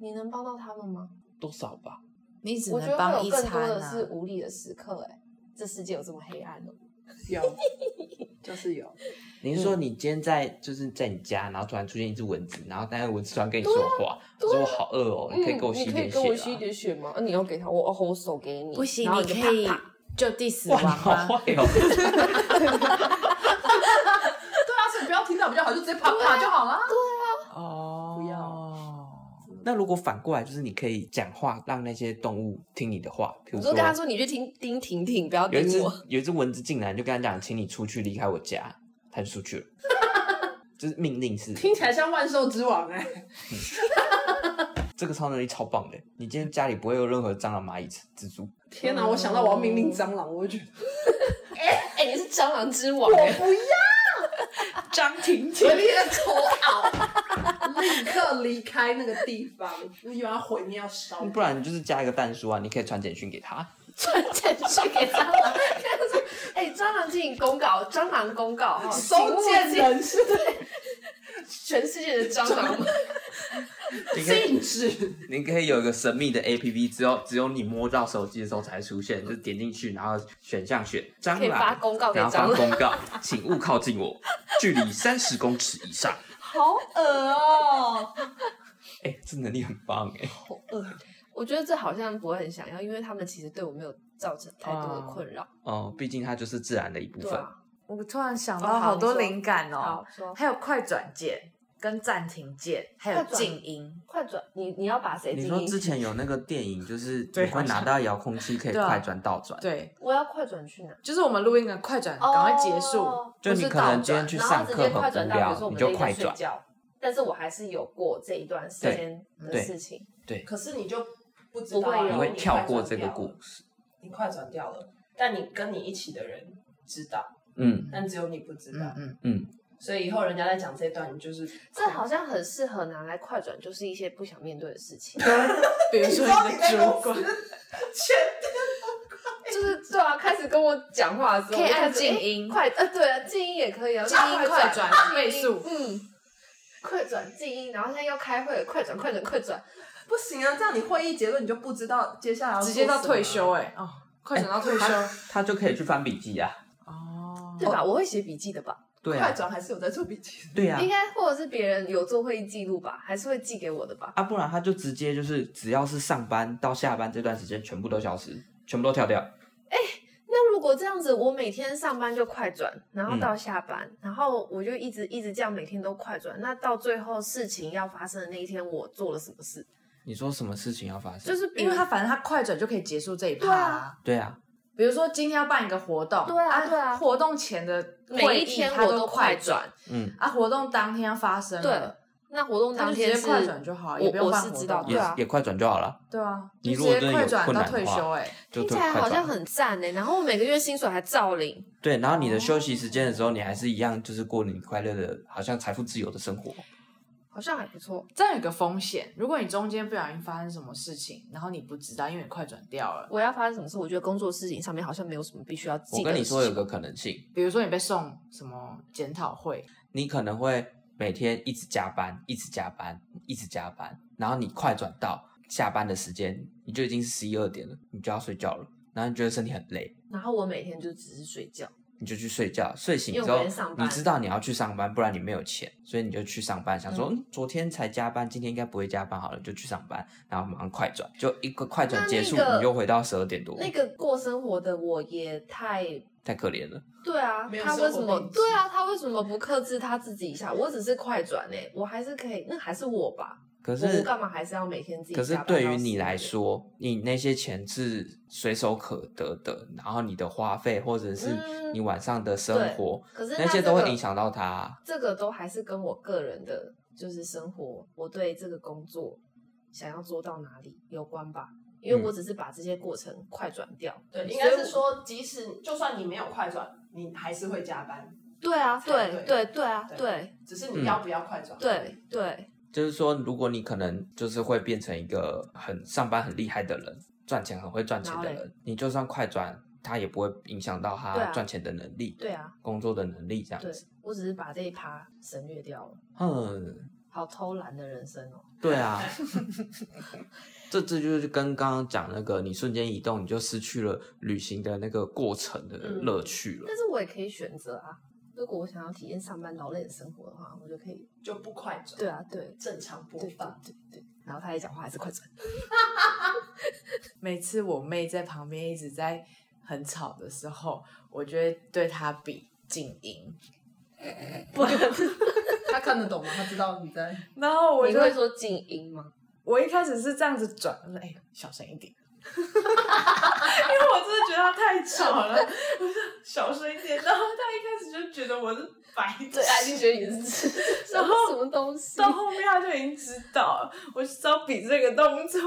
Speaker 5: 你能帮到它们吗？
Speaker 3: 多少吧？
Speaker 11: 你只
Speaker 5: 我觉
Speaker 11: 能
Speaker 5: 得
Speaker 11: 帮
Speaker 5: 会有
Speaker 11: 一
Speaker 5: 更多
Speaker 11: 餐
Speaker 5: 的
Speaker 11: 啊。
Speaker 5: 是无力的时刻、哎，这世界有这么黑暗哦、
Speaker 6: 有，就是有，
Speaker 3: 你是说你今天在就是在你家，然后突然出现一只蚊子，然后但是蚊子突然跟你说话，我说我好饿哦，你可以给
Speaker 5: 嗯
Speaker 3: 我吸一点血吗？
Speaker 5: 点血吗？啊你要给它，我哦，我手给你
Speaker 11: 不行，
Speaker 5: 然后
Speaker 11: 你
Speaker 5: 就
Speaker 11: 可以
Speaker 5: 啪啪啊
Speaker 11: 就地死
Speaker 3: 哇，
Speaker 11: 亡
Speaker 3: 你
Speaker 1: 啊
Speaker 3: 好
Speaker 11: 吗？
Speaker 3: 坏哦！
Speaker 6: 对啊，所以不要听到比较好，就直接啪啪就好了。
Speaker 1: 哦，
Speaker 6: 不
Speaker 1: 要，
Speaker 3: 那如果反过来，就是你可以讲话，让那些动物听你的话，比
Speaker 5: 我
Speaker 3: 如
Speaker 5: 就跟他说：“你去听听婷婷，不要
Speaker 3: 有一只
Speaker 5: 盯我。
Speaker 3: 有一只蚊子进来，就跟他讲，请你出去离开我家，他就出去了，就是命令式。
Speaker 6: 听起来像万兽之王哎、
Speaker 3: 这个超能力超棒的，你今天家里不会有任何蟑螂、蚂蚁、蜘蛛，
Speaker 6: 天哪、我想到我要命令蟑螂，我就觉得
Speaker 5: 哎、你是蟑螂之王、哎
Speaker 6: 不要。张婷婷，我立刻头脑，立刻离开那个地方，有要毁灭要烧我。
Speaker 3: 不然你就是加一个蛋叔啊，你可以传简讯给他。
Speaker 5: 传简讯给蟑螂， 跟他说：“哎、蟑螂进行公告，蟑螂公告，哈，
Speaker 6: 收
Speaker 5: 请
Speaker 6: 件
Speaker 5: 勿进
Speaker 6: 人是
Speaker 5: 全世界的蟑螂们，
Speaker 3: 你可以，
Speaker 6: 禁止，
Speaker 3: 你可以有一个神秘的 A P P，只有只有你摸到手机的时候才出现，就是点进去，然后选项选蟑
Speaker 5: 可以
Speaker 3: 螂，
Speaker 5: 发公告给
Speaker 3: 然后发
Speaker 5: 蟑螂
Speaker 3: 公告，请勿靠近我，距离三十公尺以上。
Speaker 5: 好恶哦、
Speaker 3: 哎、这能力很棒哎、
Speaker 5: 我觉得这好像不会很想要，因为他们其实对我没有造成太多的困扰。
Speaker 3: 哦，毕竟它就是自然的一部
Speaker 5: 对
Speaker 3: 分。
Speaker 5: 啊，
Speaker 11: 我突然想
Speaker 5: 哦
Speaker 11: 到
Speaker 5: 好
Speaker 11: 好多
Speaker 5: 你说
Speaker 11: 灵感哦
Speaker 5: 好，说
Speaker 11: 还有快转键、跟暂停键，还有
Speaker 5: 快转
Speaker 11: 静音。
Speaker 5: 快转，你你要把谁
Speaker 3: 你
Speaker 5: 静
Speaker 3: 说
Speaker 5: 音？
Speaker 3: 之前有那个电影，就是你
Speaker 1: 对
Speaker 3: 会拿到遥控器可以
Speaker 1: 对啊
Speaker 3: 快转倒转，
Speaker 1: 对，
Speaker 5: 我要快转去哪？
Speaker 1: 就是我们录音的快转，赶快结束。
Speaker 5: 哦
Speaker 3: 就你可能今天哦去上课
Speaker 5: 然后直接快
Speaker 3: 很
Speaker 5: 转
Speaker 3: 无
Speaker 5: 到，比如说
Speaker 3: 聊，
Speaker 5: 我
Speaker 3: 你
Speaker 5: 们
Speaker 3: 就
Speaker 5: 在
Speaker 3: 快
Speaker 5: 睡
Speaker 3: 转。
Speaker 5: 觉，但是我还是有过这一段时间的
Speaker 3: 对
Speaker 5: 事情。
Speaker 6: 可是你就不知
Speaker 5: 不会
Speaker 6: 啊
Speaker 5: 有
Speaker 3: 你
Speaker 5: 你
Speaker 3: 会跳过这
Speaker 6: 你
Speaker 3: 个
Speaker 6: 快转掉
Speaker 3: 故
Speaker 6: 了
Speaker 3: 事。
Speaker 6: 你快转掉了，但你跟你一起的人知道，
Speaker 3: 嗯，
Speaker 6: 但只有你不知
Speaker 11: 嗯
Speaker 6: 道，
Speaker 11: 嗯，
Speaker 6: 所以以后人家在讲这段，你就是
Speaker 5: 这好像很适合拿来快转，就是一些不想面对的事情。
Speaker 1: 比如说哎你的
Speaker 6: 哎
Speaker 1: 主管，
Speaker 5: 就是对啊，开始跟 我讲话的时候，
Speaker 11: 可以
Speaker 5: 我就开
Speaker 11: 按
Speaker 1: 哎
Speaker 5: 始
Speaker 11: 静音
Speaker 5: 诶快呃对啊，静音也可以啊，
Speaker 11: 静音快转倍速。
Speaker 5: 嗯，快转静音，然后现在要开会，快转快转快转，
Speaker 6: 不行啊！这样你会议结论你就不知道接下来要做
Speaker 1: 直接到
Speaker 6: 什么
Speaker 1: 退休哎、哦，快转到退休、
Speaker 3: 他就可以去翻笔记啊。
Speaker 1: 哦，
Speaker 5: 对吧？我会写笔记的吧，
Speaker 3: 对
Speaker 6: 快
Speaker 3: 啊，
Speaker 6: 转还是有在做笔记，
Speaker 3: 对啊
Speaker 5: 应。该或者是别人有做会议记录吧，还是会寄给我的吧？
Speaker 3: 啊，不然他就直接就是只要是上班到下班这段时间，全部都消失，全部都跳掉。
Speaker 5: 那如果这样子，我每天上班就快转，然
Speaker 3: 嗯
Speaker 5: 后到下班，然后我就一直一直这样每天都快转，那到最后事情要发生的那一天，我做了什么事？
Speaker 3: 你说什么事情要发生？
Speaker 5: 就是比
Speaker 11: 因
Speaker 5: 如
Speaker 11: 为它反正它快转就可以结束这一趴、
Speaker 5: 对啊。
Speaker 3: 对啊，
Speaker 11: 比如说今天要办一个活动，
Speaker 5: 对啊对啊
Speaker 11: 活动前的
Speaker 5: 每
Speaker 11: 会
Speaker 5: 一
Speaker 11: 议
Speaker 5: 天
Speaker 11: 它
Speaker 5: 我都
Speaker 11: 快
Speaker 5: 快转，
Speaker 3: 嗯，
Speaker 11: 啊，活动当天要发生了，
Speaker 5: 那活动
Speaker 1: 他嗯
Speaker 5: 当
Speaker 1: 就直
Speaker 5: 天
Speaker 1: 接
Speaker 5: 是
Speaker 1: 快转就好，也不用
Speaker 5: 我我
Speaker 1: 办
Speaker 5: 是
Speaker 1: 活
Speaker 5: 知道
Speaker 1: 动。
Speaker 5: 对
Speaker 3: 也
Speaker 5: 啊
Speaker 3: 也快转就好了，
Speaker 1: 对啊，
Speaker 3: 你
Speaker 1: 就
Speaker 3: 如
Speaker 1: 直接
Speaker 3: 果真的
Speaker 1: 快
Speaker 3: 有
Speaker 1: 转
Speaker 3: 困
Speaker 1: 到
Speaker 3: 难的
Speaker 1: 退
Speaker 3: 话
Speaker 1: 休哎、
Speaker 3: 就
Speaker 5: 听
Speaker 3: 都
Speaker 5: 起来
Speaker 3: 快
Speaker 5: 好
Speaker 3: 转
Speaker 5: 像
Speaker 3: 了。
Speaker 5: 很赞哎、然后我每个月薪水还照领，
Speaker 3: 对，然后你的休息时间的时候，你还是一样，就是过你快乐的，好像财富自由的生活。
Speaker 5: 好像还不错。
Speaker 1: 这样有个风险，如果你中间不小心发生什么事情，然后你不知道，因为你快转掉了，
Speaker 5: 我要发生什么事？我觉得工作事情上面好像没有什么必须要记
Speaker 3: 我
Speaker 5: 得
Speaker 3: 跟
Speaker 5: 的
Speaker 3: 你
Speaker 5: 事情。
Speaker 3: 说，有个可能性，
Speaker 1: 比如说你被送什么检讨会，
Speaker 3: 你可能会每天一直加班，一直加班，一直加班，然后你快转到下班的时间，你就已经是十一二点了，你就要睡觉了，然后你觉得身体很累，
Speaker 5: 然后我每天就只是睡觉，
Speaker 3: 你就去睡觉，睡醒之
Speaker 5: 又回
Speaker 3: 后
Speaker 5: 来上，班
Speaker 3: 你知道你要去上班，不然你没有钱，所以你就去上班，想说、嗯昨天才加班，今天应该不会加班，好了，就去上班，然后马上快转，就一个快转
Speaker 5: 那
Speaker 3: 结
Speaker 5: 那
Speaker 3: 束，
Speaker 5: 个
Speaker 3: 你又回到十二点多，
Speaker 5: 那个过生活的我也太。
Speaker 3: 太可怜了。
Speaker 5: 对啊
Speaker 6: 没，有
Speaker 5: 他
Speaker 6: 生
Speaker 5: 为
Speaker 6: 活
Speaker 5: 什么
Speaker 6: 品？质
Speaker 5: 对啊，他为什么不克制他自己一下？我只是快转哎、我还是可以，那还是我吧。
Speaker 3: 可
Speaker 5: 我
Speaker 3: 是
Speaker 5: 干嘛还是要每天自己
Speaker 3: 可是
Speaker 5: 加班
Speaker 3: 对
Speaker 5: 到
Speaker 3: 于
Speaker 5: 10
Speaker 3: 你来
Speaker 5: 点
Speaker 3: 说，你那些钱是随手可得的，然后你的花费或者是
Speaker 5: 嗯
Speaker 3: 你晚上的生
Speaker 5: 对
Speaker 3: 活，
Speaker 5: 可是
Speaker 3: 那
Speaker 5: 那
Speaker 3: 些
Speaker 5: 这
Speaker 3: 都会
Speaker 5: 个
Speaker 3: 影响到他啊。
Speaker 5: 这个都还是跟我个人的，就是生活，我对这个工作想要做到哪里有关吧。因
Speaker 3: 嗯
Speaker 5: 为我只是把这些过程快转掉，
Speaker 6: 对，
Speaker 5: 所以
Speaker 6: 应该是
Speaker 5: 我
Speaker 6: 说，即使就算你没有快转，你还是会加班，
Speaker 5: 对啊，对
Speaker 6: 对对
Speaker 5: 对对啊，
Speaker 6: 对
Speaker 5: 对
Speaker 6: 只是你要不要快转？
Speaker 5: 对对，
Speaker 3: 就是说，如果你可能就是会变成一个很上班很厉害的人，赚钱很会赚钱
Speaker 5: 然后
Speaker 3: 的
Speaker 5: 嘞
Speaker 3: 人，你就算快转，他也不会影响到
Speaker 5: 对
Speaker 3: 他
Speaker 5: 啊
Speaker 3: 赚钱的能力、
Speaker 5: 对啊，
Speaker 3: 工作的能力这样
Speaker 5: 对
Speaker 3: 子。
Speaker 5: 我只是把这一趴省略掉了，
Speaker 3: 嗯，
Speaker 5: 好偷懒的人生哦。
Speaker 3: 对 啊，这这就是跟刚刚讲那个，你瞬间移动，你就失去了旅行的那个过程的
Speaker 5: 嗯
Speaker 3: 乐趣了。
Speaker 5: 但是我也可以选择啊，如果我想要体验上班劳累的生活的话，我就可以。
Speaker 6: 就不快转，
Speaker 5: 对，啊，对
Speaker 6: 正常播
Speaker 5: 对对
Speaker 6: 放。
Speaker 5: 对对。然后他一讲话还是快转，
Speaker 1: 每次我妹在旁边一直在很吵的时候，我就会对她比静音，
Speaker 6: 他看得懂吗？他知道你 在。
Speaker 1: 然后我
Speaker 5: 你
Speaker 1: 就
Speaker 5: 会说静音吗？
Speaker 1: 我一开始是这样子转，我说哎、小声一点， 因为我真的觉得她太吵了，我 说小声一点。然后她一开始就觉得我是白痴，
Speaker 5: 对，爱丽学也是， 然后什么东西？
Speaker 1: 到后面她就已经知道了，我是要比这个动作。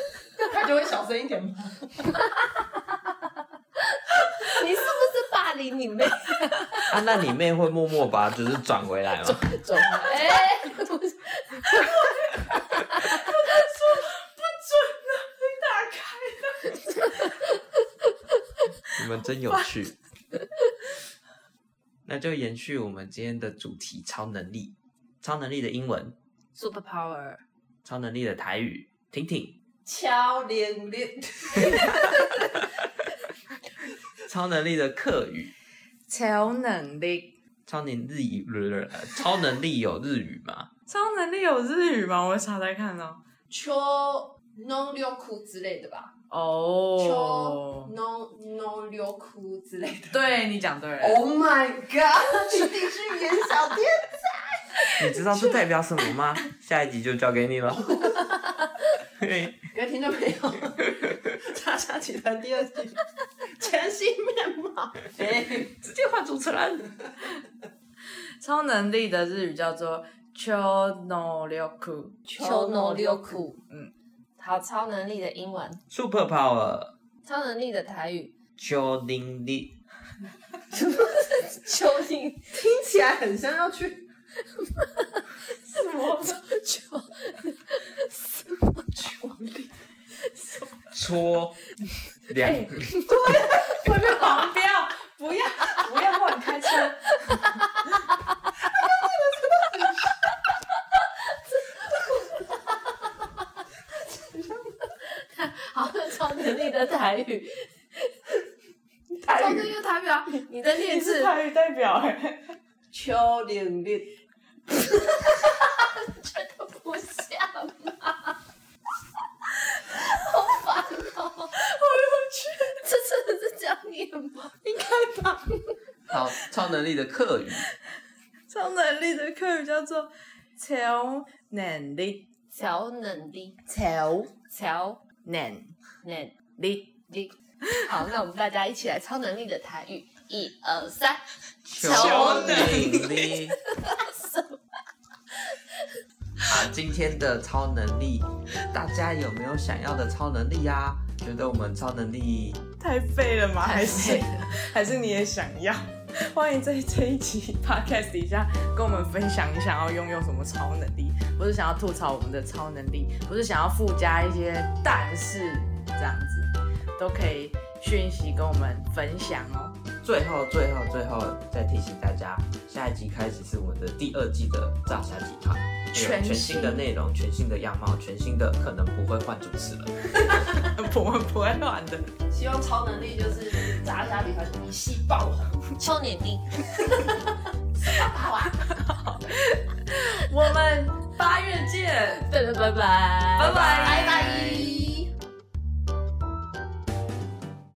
Speaker 6: 他就会小声一点吗？
Speaker 5: 你是不是霸凌你 妹？
Speaker 3: 啊，那你妹会默默把就是转回来吗？
Speaker 5: 转回来哎，
Speaker 3: 你们真有趣。 那就延续我们今天的主题——超能力。超能力的英文，
Speaker 5: super power，
Speaker 3: 超能力的台语，婷婷。
Speaker 6: 敲脸脸，
Speaker 3: 超能力的客语，
Speaker 1: 超能力，
Speaker 3: 超能力，超能力有日语吗？
Speaker 1: 超能力有日语吗？我查查看哦。
Speaker 6: 敲弄六哭之类的吧，敲
Speaker 1: 哦，
Speaker 6: 弄弄六哭之类的。
Speaker 1: 对你讲对了。
Speaker 6: Oh my god！一定是袁小天。
Speaker 3: 你知道这代表什么吗？ 下一集就交给你了。
Speaker 6: 各位听众朋友，《叉叉集团》第二季全新面貌，直接换主持人。
Speaker 1: 超能力的日语叫做 “chono ryoku”，
Speaker 5: 求诺六苦，
Speaker 1: 嗯
Speaker 5: 嗯，好，超能力的英文，
Speaker 3: Super Power，
Speaker 5: 超能力的台语，
Speaker 3: 超能力，
Speaker 5: 求你
Speaker 6: 听起来很像要去
Speaker 5: 什么求
Speaker 3: 搓两，
Speaker 1: 会被黄标，不要不要乱开车。
Speaker 5: 好，超能力的台语， 超能力的台语啊，你再念一次，
Speaker 1: 台语代表哎、
Speaker 6: 敲脸脸。
Speaker 5: 不像吗？好烦哦！这真的是这样念吗？
Speaker 3: 好，超能力的客语，
Speaker 1: 超能力的课语叫做“超能力
Speaker 5: 超能力，”，
Speaker 1: 超
Speaker 5: 超
Speaker 1: 能
Speaker 5: 能
Speaker 1: 力，
Speaker 5: 力。好，那我们大家一起来超能力的台语，一二三，
Speaker 3: 超能力， 好，今天的超能力，大家有没有想要的超能力啊？觉得我们超能力
Speaker 1: 太废了吗？还是 还是你也想要？欢迎在这一期 podcast 底下跟我们分享你想要拥有什么超能力，或是想要吐槽我们的超能力，或是想要附加一些但是这样子，都可以讯息跟我们分享哦。
Speaker 3: 最后、最后、最后再提醒大家，下一集开始是我们的第二季的炸虾集团，会有
Speaker 1: 全
Speaker 3: 全新的内容、全新的样貌、全新的可能不会换主持了。
Speaker 1: 不会不会乱的，
Speaker 6: 希望超能力就是砸下底团一系爆红，超年力，
Speaker 1: 我们八月见。
Speaker 6: 对对，拜拜，拜拜，拜拜。